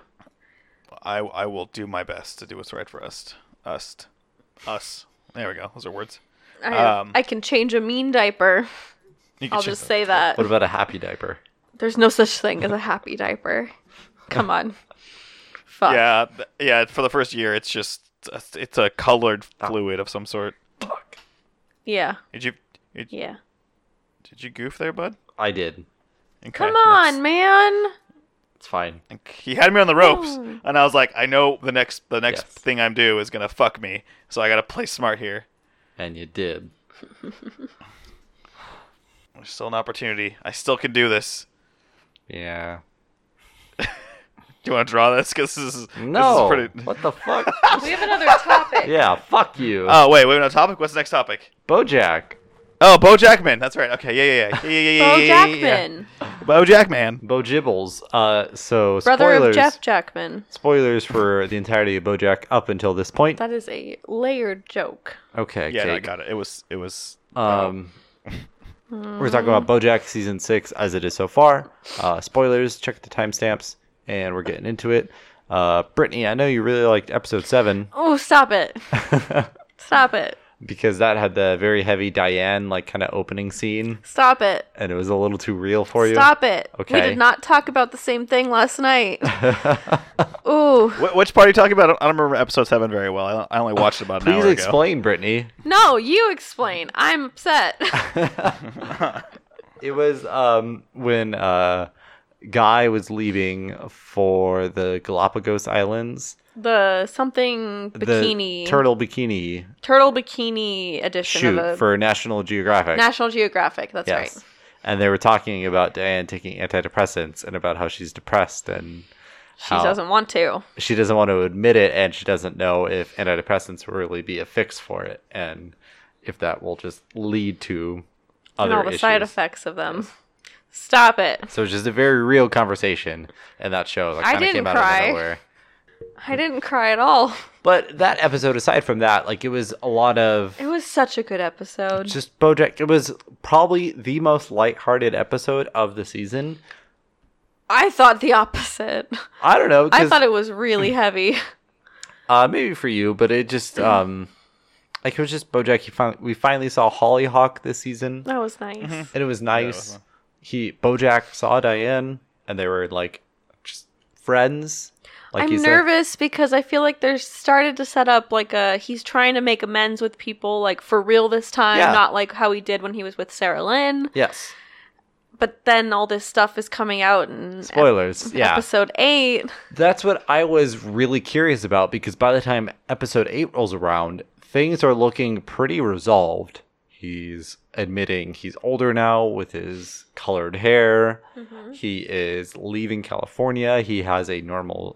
S3: I I will do my best to do what's right for us. Us. Us. There we go. Those are words.
S2: I,
S3: Um,
S2: I can change a mean diaper.
S3: You can
S2: I'll
S3: check
S2: just
S3: that.
S2: say that.
S1: What about a happy diaper?
S2: There's no such thing as a happy diaper. *laughs* Come on. Fuck.
S3: Yeah, th- yeah. For the first year, it's just it's- it's a colored
S2: Oh.
S3: fluid of some sort.
S1: Fuck.
S2: Yeah.
S3: Did you did,
S2: yeah.
S3: did you goof there, bud?
S1: I did.
S3: Okay,
S2: Come
S3: that's-
S2: on, man.
S1: It's fine.
S3: He had me on the ropes,
S2: on.
S3: and I was like, I know the next the next
S1: Yes.
S3: thing I'm due is gonna fuck me, so I gotta play smart here.
S1: And you did.
S3: There's still an opportunity. I still can do this.
S1: Yeah.
S3: Do you want to draw this? Because this is
S1: No.
S3: This is *laughs* pretty...
S1: What the fuck?
S2: We have another topic.
S1: yeah. Fuck you,
S3: Oh wait, wait. No topic. What's the next topic?
S1: Uh, Bojack.
S3: Oh, Bo Jackman. That's right. Okay. Yeah, yeah, yeah, yeah, yeah,
S2: Bo
S3: yeah, yeah, yeah, yeah.
S2: Jackman,
S3: Bo Jackman.
S1: Bojibbles. Uh. So
S2: brother
S1: spoilers.
S2: of Jeff Jackman.
S1: Spoilers for the entirety of Bojack up until this point.
S2: That is a layered joke.
S1: Okay.
S3: Yeah, no, I
S1: Jake.
S3: got it. It was. It was. uh,
S2: *laughs*
S1: Um, We're talking about BoJack season six as it is so far. Uh, spoilers. Check the timestamps, and we're getting into it. Uh, Brittany, I know you really liked episode seven
S2: Oh, stop
S1: *laughs*
S2: it. stop it.
S1: because that had the very heavy Diane like kind of opening scene,
S2: Stop it.
S1: and it was a little too real for you.
S2: Stop it. We
S1: Okay.
S2: did not talk about the same thing
S1: *laughs*
S2: last night. Ooh.
S3: Wh- which part are you talking about? I don't- I don't remember episode seven very well. I, I only watched it about an
S1: Please
S3: hour ago.
S1: explain, Brittany.
S2: No, you explain.
S1: *laughs*
S2: I'm upset.
S1: It was um when uh Guy was leaving for the Galapagos Islands,
S2: the something
S1: the
S2: bikini.
S1: turtle bikini
S2: turtle bikini edition
S1: shoot
S2: of a
S1: for National Geographic.
S2: National Geographic. That's
S1: Yes.
S2: right.
S1: And they were talking about Diane taking antidepressants and about how she's depressed and
S2: She
S1: How-
S2: doesn't want to.
S1: she doesn't want to admit it and she doesn't know if antidepressants will really be a fix for it and if that will just lead to
S2: And
S1: other
S2: all the
S1: issues.
S2: side effects of them. Stop it.
S1: So it's just a very real conversation in that show that
S2: I
S1: kind of
S2: didn't
S1: came out
S2: cry.
S1: of nowhere.
S2: I didn't cry at all.
S1: But that episode, aside from that, like it was a lot of
S2: It was such a good episode.
S1: just BoJack. It was probably the most lighthearted episode of the season.
S2: I thought the opposite.
S1: I don't know.
S2: I
S1: 'cause-
S2: thought it was
S1: Mm.
S2: really
S1: *laughs*
S2: heavy. *laughs*
S1: Uh, maybe for you, but it
S2: Mm-hmm.
S1: just um, like it was just BoJack. He fin- we finally saw Hollyhock this season,
S2: That was nice.
S1: and it was
S3: it was
S1: nice.
S3: nice.
S1: he BoJack saw Diane, and they were like just friends. Like
S2: I'm
S1: he said.
S2: nervous because I feel like they're started to set up like a he's trying to make amends with people like for real this time,
S1: Yeah.
S2: not like how he did when he was with Sarah Lynn.
S1: Yes,
S2: but then all this stuff is coming out in
S1: Spoilers.
S2: ep-
S1: yeah.
S2: episode eight.
S1: That's what I was really curious about because by the time episode 8 rolls around, things are looking pretty resolved. He's admitting he's older now with his colored hair. He is leaving California. He has a normal,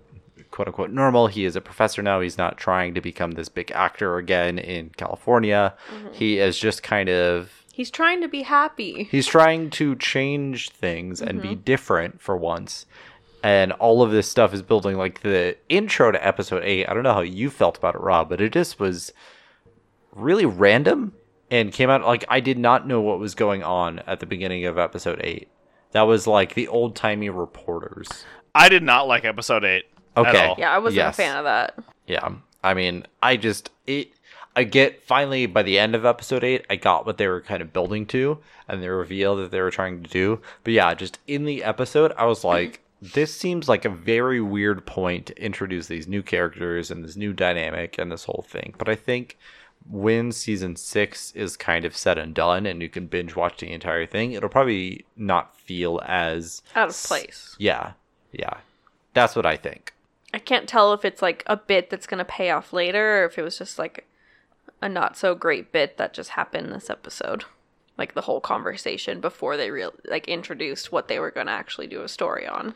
S1: quote unquote, normal. He is a professor now. He's not trying to become this big actor again in California. He is just kind of
S2: He's trying to be happy.
S1: He's trying to change things and be different for once. And all of this stuff is building like the intro to episode 8. I don't know how you felt about it, Rob, but it just was really random and came out like I did not know what was going on at the beginning of episode 8. That was like the old-timey reporters.
S3: I did not like episode eight. at
S1: Okay.
S3: all.
S2: Yeah, I wasn't
S1: Yes.
S2: a fan of that.
S1: Yeah. I mean, I just it I get finally by the end of episode 8, I got what they were kind of building to and the reveal that they were trying to do. But yeah, just in the episode, I was like this seems like a very weird point to introduce these new characters and this new dynamic and this whole thing. But I think when season 6 is kind of said and done and you can binge watch the entire thing, it'll probably not feel as
S2: Out of place.
S1: Yeah. Yeah. That's what I think.
S2: I can't tell if it's like a bit that's gonna pay off later, or if it was just like a not so great bit that just happened this episode. Like the whole conversation before they real like introduced what they were gonna actually do a story on.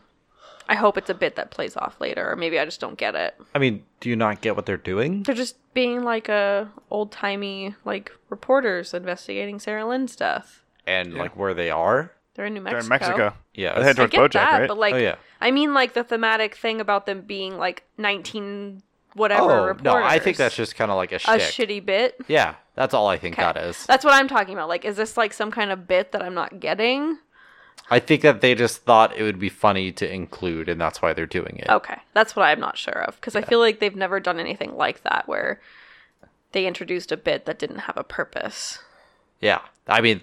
S2: I hope it's a bit that plays off later, or maybe I just don't get it.
S1: I mean, do you not get what they're doing?
S2: They're just being like a old timey like reporters investigating Sarah Lynn's death.
S1: and like where they are.
S2: They're in New Mexico.
S3: They're in Mexico.
S1: Yeah,
S3: They head
S2: I
S1: it's-
S3: towards
S2: get
S3: BoJack,
S2: that,
S3: right?
S2: but like,
S1: Oh, yeah.
S2: I mean, like the thematic thing about them being like nineteen whatever
S1: oh
S2: reporters.
S1: no, I think that's just kind of like a,
S2: a
S1: shtick.
S2: shitty bit.
S1: Yeah, that's all I think
S2: Okay.
S1: that is.
S2: That's what I'm talking about. Like, is this like some kind of bit that I'm not getting?
S1: I think that they just thought it would be funny to include, and that's why they're doing it.
S2: Okay, that's what I'm not sure of because I feel like they've never done anything like that where they introduced a bit that didn't have a purpose.
S1: Yeah, I mean,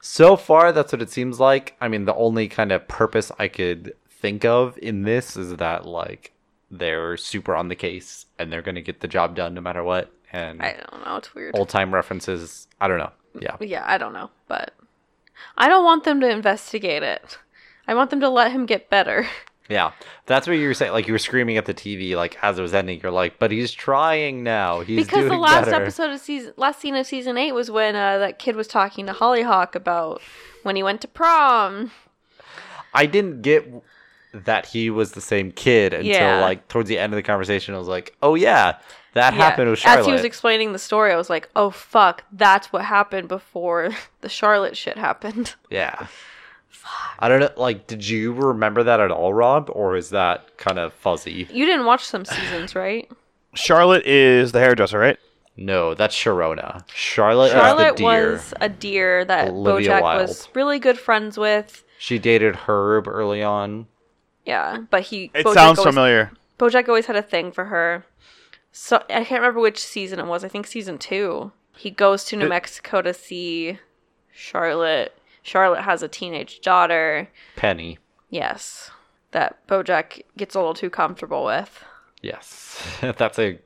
S1: so far that's what it seems like. I mean, the only kind of purpose I could think of in this is that like they're super on the case and they're gonna get the job done no matter what. And
S2: I don't know. It's weird.
S1: old time references, I don't know. Yeah,
S2: Yeah, I don't know, but I don't want them to investigate it. I want them to let him get better.
S1: Yeah, that's what you were saying. Like you were screaming at the TV, like as it was ending. You're like, "But he's trying now. He's
S2: *laughs* because
S1: doing
S2: the last
S1: better."
S2: episode of season, last scene of season eight was when uh, that kid was talking to Hollyhock about when he went to prom.
S1: I didn't get that he was the same kid until
S2: Yeah.
S1: like towards the end of the conversation. I was like, "Oh yeah, that
S2: Yeah,
S1: happened with Charlotte."
S2: As he was explaining the story, I was like, oh fuck, that's what happened before *laughs* the Charlotte shit happened. *laughs*
S1: yeah. I don't know. Like, did you remember that at all, Rob, or is that kind of fuzzy?
S2: You didn't watch
S1: *sighs*
S2: some seasons,
S1: Uh,
S2: right?
S3: Charlotte is the hairdresser, right?
S1: No, that's Sharona. Charlotte, is
S2: Charlotte
S1: the deer.
S2: was a deer that
S1: Olivia
S2: Bojack
S1: Wilde.
S2: was really good friends with.
S1: She dated Herb early on.
S2: Yeah, but he
S3: It
S2: Bojack
S3: sounds
S2: always,
S3: familiar.
S2: Bojack always had a thing for her. So I can't remember which season it was. I think season two. He goes to New
S3: Did-
S2: Mexico to see Charlotte. Charlotte has a teenage daughter.
S1: Penny.
S2: Yes, that Bojack gets a little too comfortable with.
S1: Yes, *laughs* that's a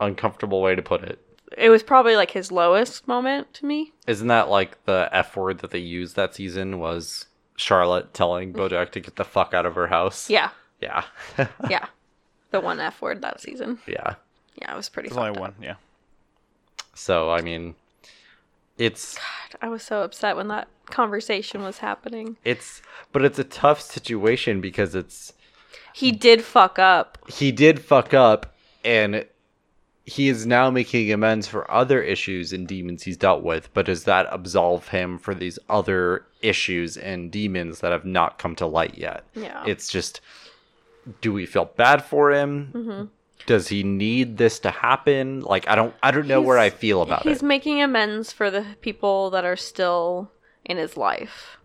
S1: uncomfortable way to put it.
S2: It was probably like his lowest moment to me.
S1: Isn't that like the F word that they used that season was Charlotte telling Bojack to get the fuck out of her house?
S2: *laughs* Yeah,
S1: Yeah. *laughs*
S2: yeah, the one F word that season.
S1: yeah.
S2: Yeah, it was pretty.
S3: There's only
S2: fucked up.
S3: one. Yeah.
S1: So, I mean, it's
S2: I was so upset when that conversation was happening.
S1: it's but it's a tough situation because it's
S2: He did fuck up.
S1: he did fuck up and he is now making amends for other issues and demons he's dealt with, but does that absolve him for these other issues and demons that have not come to light yet?
S2: Yeah.
S1: It's just do we feel bad for him?
S2: Mm-hmm.
S1: Does he need this to happen? Like I don't I don't know where I
S2: He's-
S1: feel about
S2: He's
S1: it.
S2: making amends for the people that are still in his life.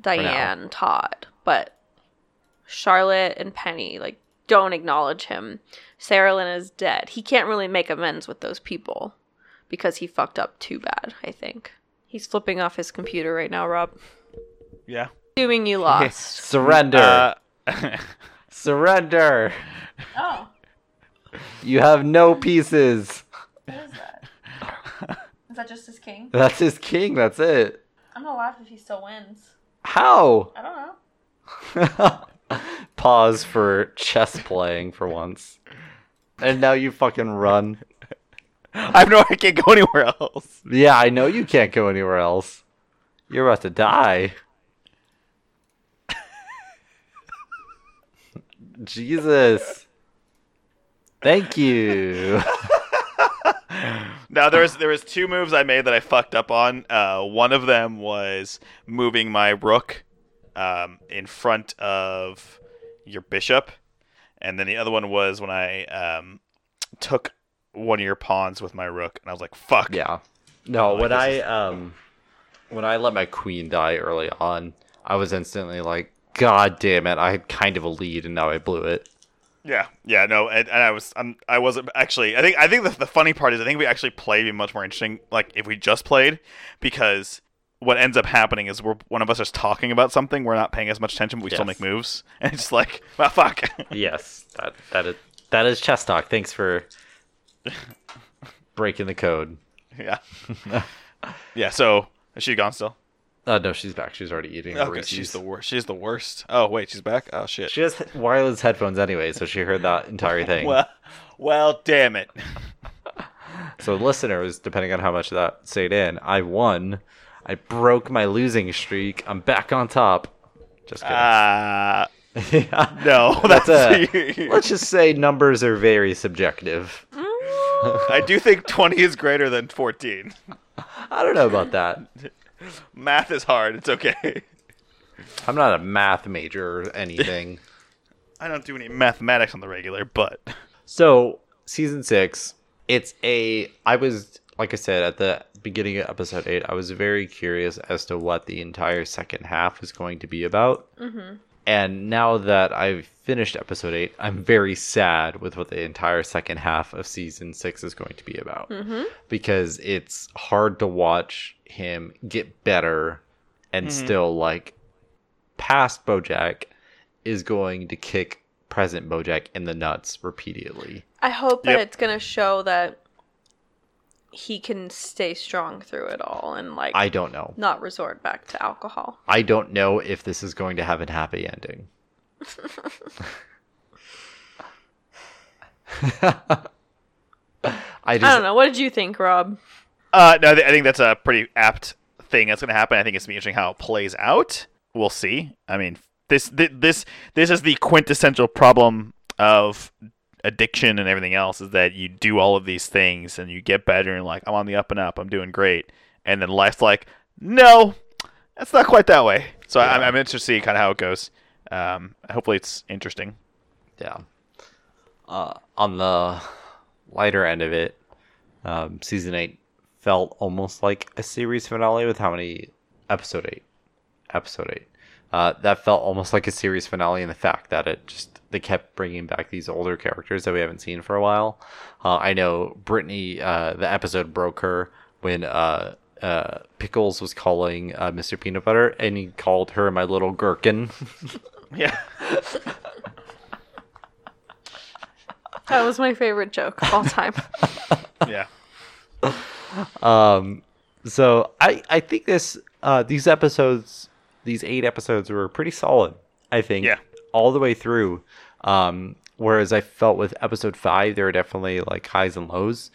S2: Diane, Todd, but Charlotte and Penny like don't acknowledge him. Sarah Lynn is dead. He can't really make amends with those people because he fucked up too bad, I think. He's flipping off his computer right now, Rob.
S3: Yeah.
S2: Assuming you lost.
S1: Surrender.
S3: Uh, *laughs*
S1: Surrender.
S2: *laughs* Oh,
S1: You have no pieces.
S2: what is that? Is that just his king?
S1: That's his king. That's it.
S2: I'm gonna laugh if he still wins.
S1: How?
S2: I don't know.
S1: *laughs* Pause for chess playing for once. And now you fucking run.
S3: I know I can't go anywhere else.
S1: Yeah, I know you can't go anywhere else. You're about to die. *laughs* Jesus. Thank you. *laughs*
S3: Now there was there was two moves I made that I fucked up on. Uh, one of them was moving my rook um, in front of your bishop, and then the other one was when I um, took one of your pawns with my rook, and I was like, "Fuck."
S1: Yeah. No,
S3: like
S1: when
S3: Oh, this
S1: I
S3: is-
S1: um when I let my queen die early on, I was instantly like, God damn it, I had kind of a lead and now I blew it.
S3: Yeah, yeah, no, and, and I was, I'm, I wasn't actually. I think, I think the, the funny part is, I think we actually played would be much more interesting. Like if we just played, because what ends up happening is we're one of us is talking about something, we're not paying as much attention, but we still
S1: Yes.
S3: make moves, *laughs* and it's just like, well, fuck. *laughs*
S1: Yes. That that is that is chess talk. Thanks
S3: *laughs*
S1: for breaking the code. *laughs*
S3: yeah, yeah. So is she gone still?
S1: Uh no, she's back. She's already eating her
S3: Okay,
S1: Reese's.
S3: she's the worst. She's the worst. Oh wait, she's back. Oh shit.
S1: She has wireless headphones anyway, so she heard that entire thing.
S3: *laughs* well, well,
S1: *laughs*
S3: damn it.
S1: So listeners, depending on how much that stayed in, I won. I broke my losing streak. I'm back on top. Just kidding.
S3: Uh,
S1: *laughs* Yeah.
S3: no, *laughs* that's.
S1: That's
S3: I *laughs*
S1: a, let's just say numbers are very subjective.
S3: do think twenty is greater than fourteen.
S1: I don't know about that.
S3: Math is hard. It's okay.
S1: I'm not a math major or
S3: *laughs*
S1: anything.
S3: *laughs* I don't do any mathematics on the regular, but
S1: So, season six, it's a. I was, like I said at the beginning of episode eight, I was very curious as to what the entire second half was going to be about. And now that I've finished episode eight, I'm very sad with what the entire second half of season six is going to be about. Because it's hard to watch him get better and still, like, past Bojack is going to kick present Bojack in the nuts repeatedly.
S2: I hope that
S3: Yep.
S2: it's gonna show that he can stay strong through it all and like
S1: I don't know.
S2: not resort back to alcohol.
S1: I don't know if this is going to have a happy ending. *laughs* I
S2: I
S1: just
S2: don't know. What did you think, Rob?
S3: *laughs* uh, no, I thi- I think that's a pretty apt thing that's going to happen. I think it's gonna be interesting how it plays out. We'll see. I mean, this thi- this this is the quintessential problem of addiction and everything else is that you do all of these things and you get better and like I'm on the up and up, I'm doing great, and then life's like, no, that's not quite that way. So I, I'm, I'm interested to see kind of how it goes. Um, hopefully, it's interesting.
S1: yeah. Uh, on the lighter end of it, um, season eight felt almost like a series finale with how many episode eight, episode eight. Uh, that felt almost like a series finale in the fact that it just they kept bringing back these older characters that we haven't seen for a while. Uh, I know Brittany, uh, the episode broke her when uh, uh, Pickles was calling uh, Mr. Peanut Butter, and he called her my little gherkin. *laughs*
S3: Yeah.
S2: That was my favorite joke of all
S1: *laughs*
S2: time.
S3: *laughs* yeah.
S1: Um, so I I think this uh, these episodes, these eight episodes were pretty solid. I think
S3: Yeah.
S1: all the way through. Um, whereas I felt with episode five, there were definitely like highs and lows.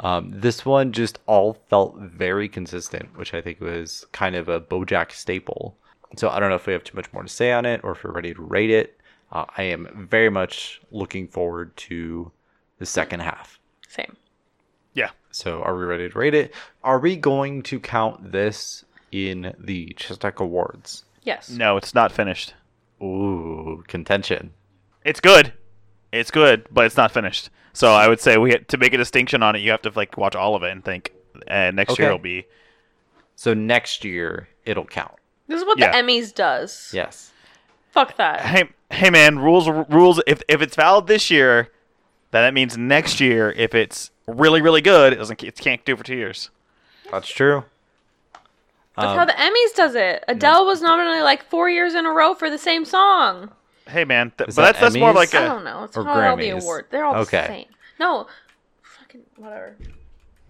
S1: Um, this one just all felt very consistent, which I think was kind of a BoJack staple. So I don't know if we have too much more to say on it, or if we're ready to rate it. Uh, I am very much looking forward to the second half.
S2: Same.
S3: Yeah.
S1: So are we ready to rate it? Are we going to count this in the Chestnut Awards?
S2: Yes.
S3: No, it's not finished.
S1: Ooh, contention.
S3: It's good. It's good, but it's not finished. So I would say we had, to make a distinction on it, you have to like watch all of it and think. And next year
S1: Okay.
S3: will be
S1: So next year it'll count.
S2: This is what
S3: Yeah.
S2: the Emmys does.
S1: Yes.
S2: Fuck that.
S3: hey hey man rules are rules. If if it's valid this year, then that means next year if it's really really good, it doesn't it can't do for two years.
S1: That's true.
S2: That's
S1: Um,
S2: how the Emmys does it. Adele was nominated like four years in a row for the same song.
S3: Hey man, th-
S1: Is
S3: but
S1: that
S3: that's that's more of
S1: Emmys?
S3: like
S2: I
S3: a
S2: don't know. It's
S1: Or
S2: called all the
S1: Grammys.
S2: awards. They're all
S1: Okay.
S2: the same. No. Fucking whatever.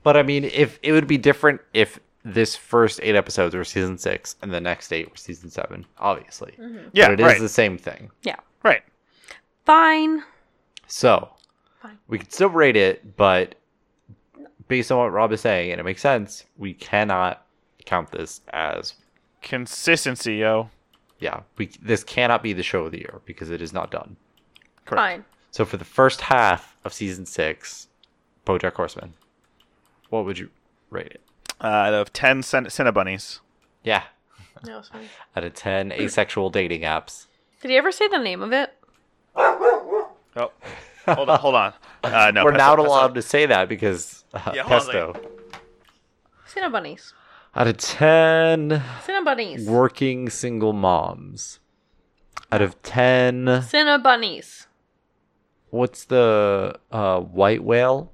S1: But I mean, if it would be different if this first eight episodes were season six, and the next eight were season seven. Obviously,
S3: Yeah,
S1: but it is
S3: right.
S1: the same thing.
S3: Right.
S2: Fine.
S1: So
S2: Fine.
S1: we can still rate it, but based on what Rob is saying, and it makes sense, we cannot count this as
S3: Consistency, yo.
S1: yeah. We this cannot be the show of the year because it is not done.
S3: Correct.
S2: Fine.
S1: So for the first half of season six, BoJack Horseman, what would you rate it?
S3: Uh, out of 10 cin- Cinnabunnies.
S1: Yeah,
S2: No, it's fine.
S1: out of ten asexual dating apps.
S2: Did he ever say the name of it?
S3: Oh. Hold on, hold on. Uh, no,
S1: We're
S3: that's
S1: not
S3: that's
S1: allowed to say that because uh,
S3: Yeah, hold on a
S1: pesto.
S2: Cinnabunnies.
S1: Out of ten
S2: Cinnabunnies.
S1: working single moms. Out of ten,
S2: Cinnabunnies.
S1: what's the uh, white whale?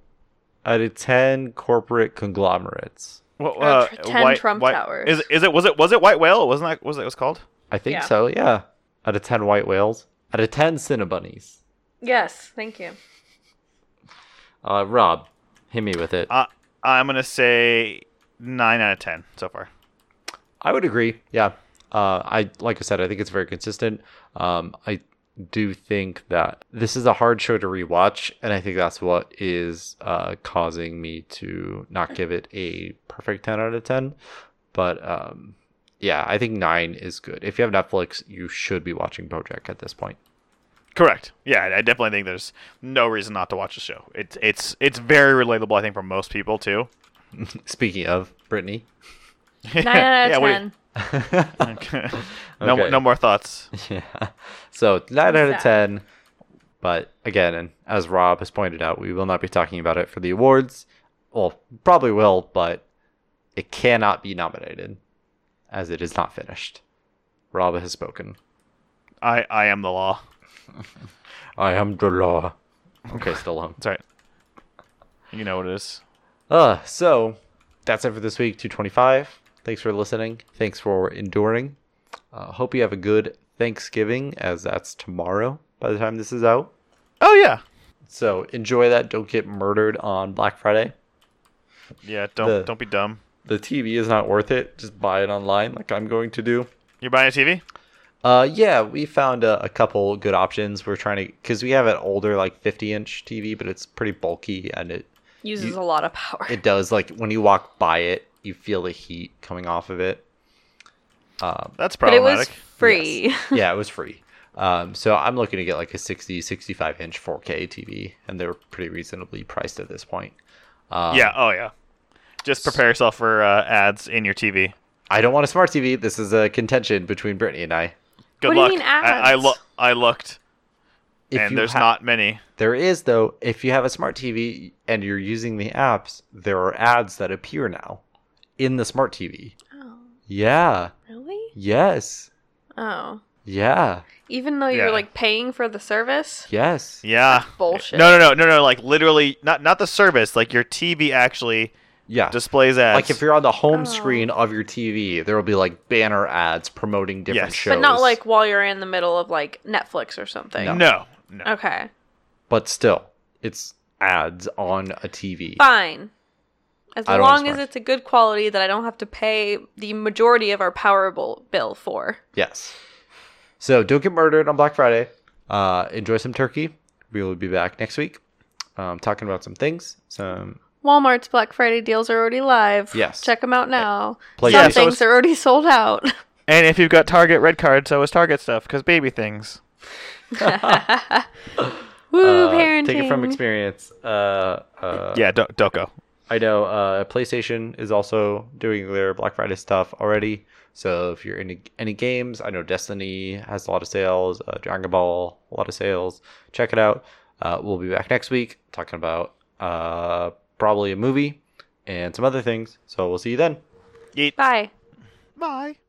S1: Out of ten corporate conglomerates.
S3: What,
S2: Or tr- 10 Trump
S3: uh, white,
S2: Towers.
S3: Is, is it was it was it White Whale? Wasn't that was that what it was called?
S1: I think
S2: Yeah.
S1: so. Yeah. Out of ten white whales. Out of ten cinnabunnies.
S2: Yes, thank
S1: *laughs*
S2: you.
S1: Uh, Rob, hit me with it.
S3: Uh, I'm gonna say nine out of ten so far.
S1: I would agree. Yeah. Uh, I like I said, I think it's very consistent. Um, I do think that this is a hard show to rewatch, and I think that's what is uh, causing me to not give it a perfect ten out of ten. But um, yeah, I think nine is good. If you have Netflix, you should be watching BoJack at this point.
S3: Correct. Yeah, I definitely think there's no reason not to watch the show. It's it's it's very relatable, I think, for most people too. *laughs*
S1: Speaking of Brittany,
S2: Nine out
S3: Yeah,
S2: of
S3: what do you-
S2: ten.
S3: *laughs* no,
S1: Okay.
S3: no more thoughts.
S1: yeah. So nine out of
S2: Sad.
S1: ten. But again, and as Rob has pointed out, we will not be talking about it for the awards. Well, probably will, but it cannot be nominated as it is not finished. Rob has spoken.
S3: I I am the law.
S1: I am the law. Okay, still home.
S3: That's right. You know what it is.
S1: Uh, so that's it for this week, 225. Thanks for listening. Thanks for enduring. Uh, hope you have a good Thanksgiving, as that's tomorrow by the time this is out.
S3: Oh yeah.
S1: So enjoy that. Don't get murdered on Black Friday.
S3: Yeah. Don't
S1: The-
S3: don't be dumb.
S1: The TV is not worth it. Just buy it online, like I'm going to do.
S3: You're buying a TV?
S1: Uh, yeah, we found a, a couple good options. We're trying to because we have an older, like 50 inch TV, but it's pretty bulky and it
S2: Uses a lot of power.
S1: it does like when you walk by it, you feel the heat coming off of *laughs* it.
S3: That's
S2: *laughs* but it was
S3: problematic.
S2: free.
S1: yeah, it was free. Um, so I'm looking to get like a 60, 65 inch 4K TV, and they're pretty reasonably priced at this point.
S3: yeah.
S1: Ah.
S3: Oh yeah. Just prepare yourself for uh, ads in your TV.
S1: I don't want a smart TV. This is a contention between Brittany and I.
S3: Good
S2: What do you
S3: luck.
S2: mean
S3: I, I,
S2: ads?
S3: lo- I looked,
S1: If
S3: and
S1: you
S3: there's
S1: ha-
S3: not many.
S1: There is though, if you have a smart TV and you're using the apps, there are ads that appear now in the smart TV.
S2: Oh,
S1: Yeah.
S2: really?
S1: Yes.
S2: Oh.
S1: Yeah.
S2: Even though you're
S3: Yeah.
S2: like paying for the service?
S1: Yes.
S3: Yeah.
S2: Bullshit.
S3: No, no, no, no, no. Like literally, not not the service. Like your TV actually
S1: Yeah.
S3: displays ads.
S1: like if you're on the home
S2: Oh.
S1: screen of your TV, there will be like banner ads promoting different
S3: Yes.
S1: shows.
S2: But not like while you're in the middle of like Netflix or something.
S1: No.
S3: no, no.
S2: Okay.
S1: But still, it's ads on a TV.
S2: Fine. As
S1: I don't want
S2: long as
S1: smart.
S2: it's a good quality that I don't have to pay the majority of our power bill- bill for.
S1: Yes. So don't get murdered on Black Friday. Uh, enjoy some turkey. We will be back next week. Um, talking about some things, some
S2: Walmart's Black Friday deals are already live.
S1: Yes.
S2: Check them out now.
S1: Play-
S2: Some
S3: Yeah, so
S2: things
S3: it's-
S2: are already sold out. *laughs*
S3: And if you've got Target red card, so is Target stuff because baby things.
S2: Woo,
S1: uh,
S2: parenting.
S1: Take it from experience. Uh, uh,
S3: yeah, don't don't go.
S1: I know uh, PlayStation is also doing their Black Friday stuff already. So if you're into any games, I know Destiny has a lot of sales, uh, Dragon Ball, a lot of sales. Check it out. Uh, we'll be back next week talking about uh, probably a movie and some other things. So we'll see you then.
S3: Yeet.
S2: Bye.
S3: Bye.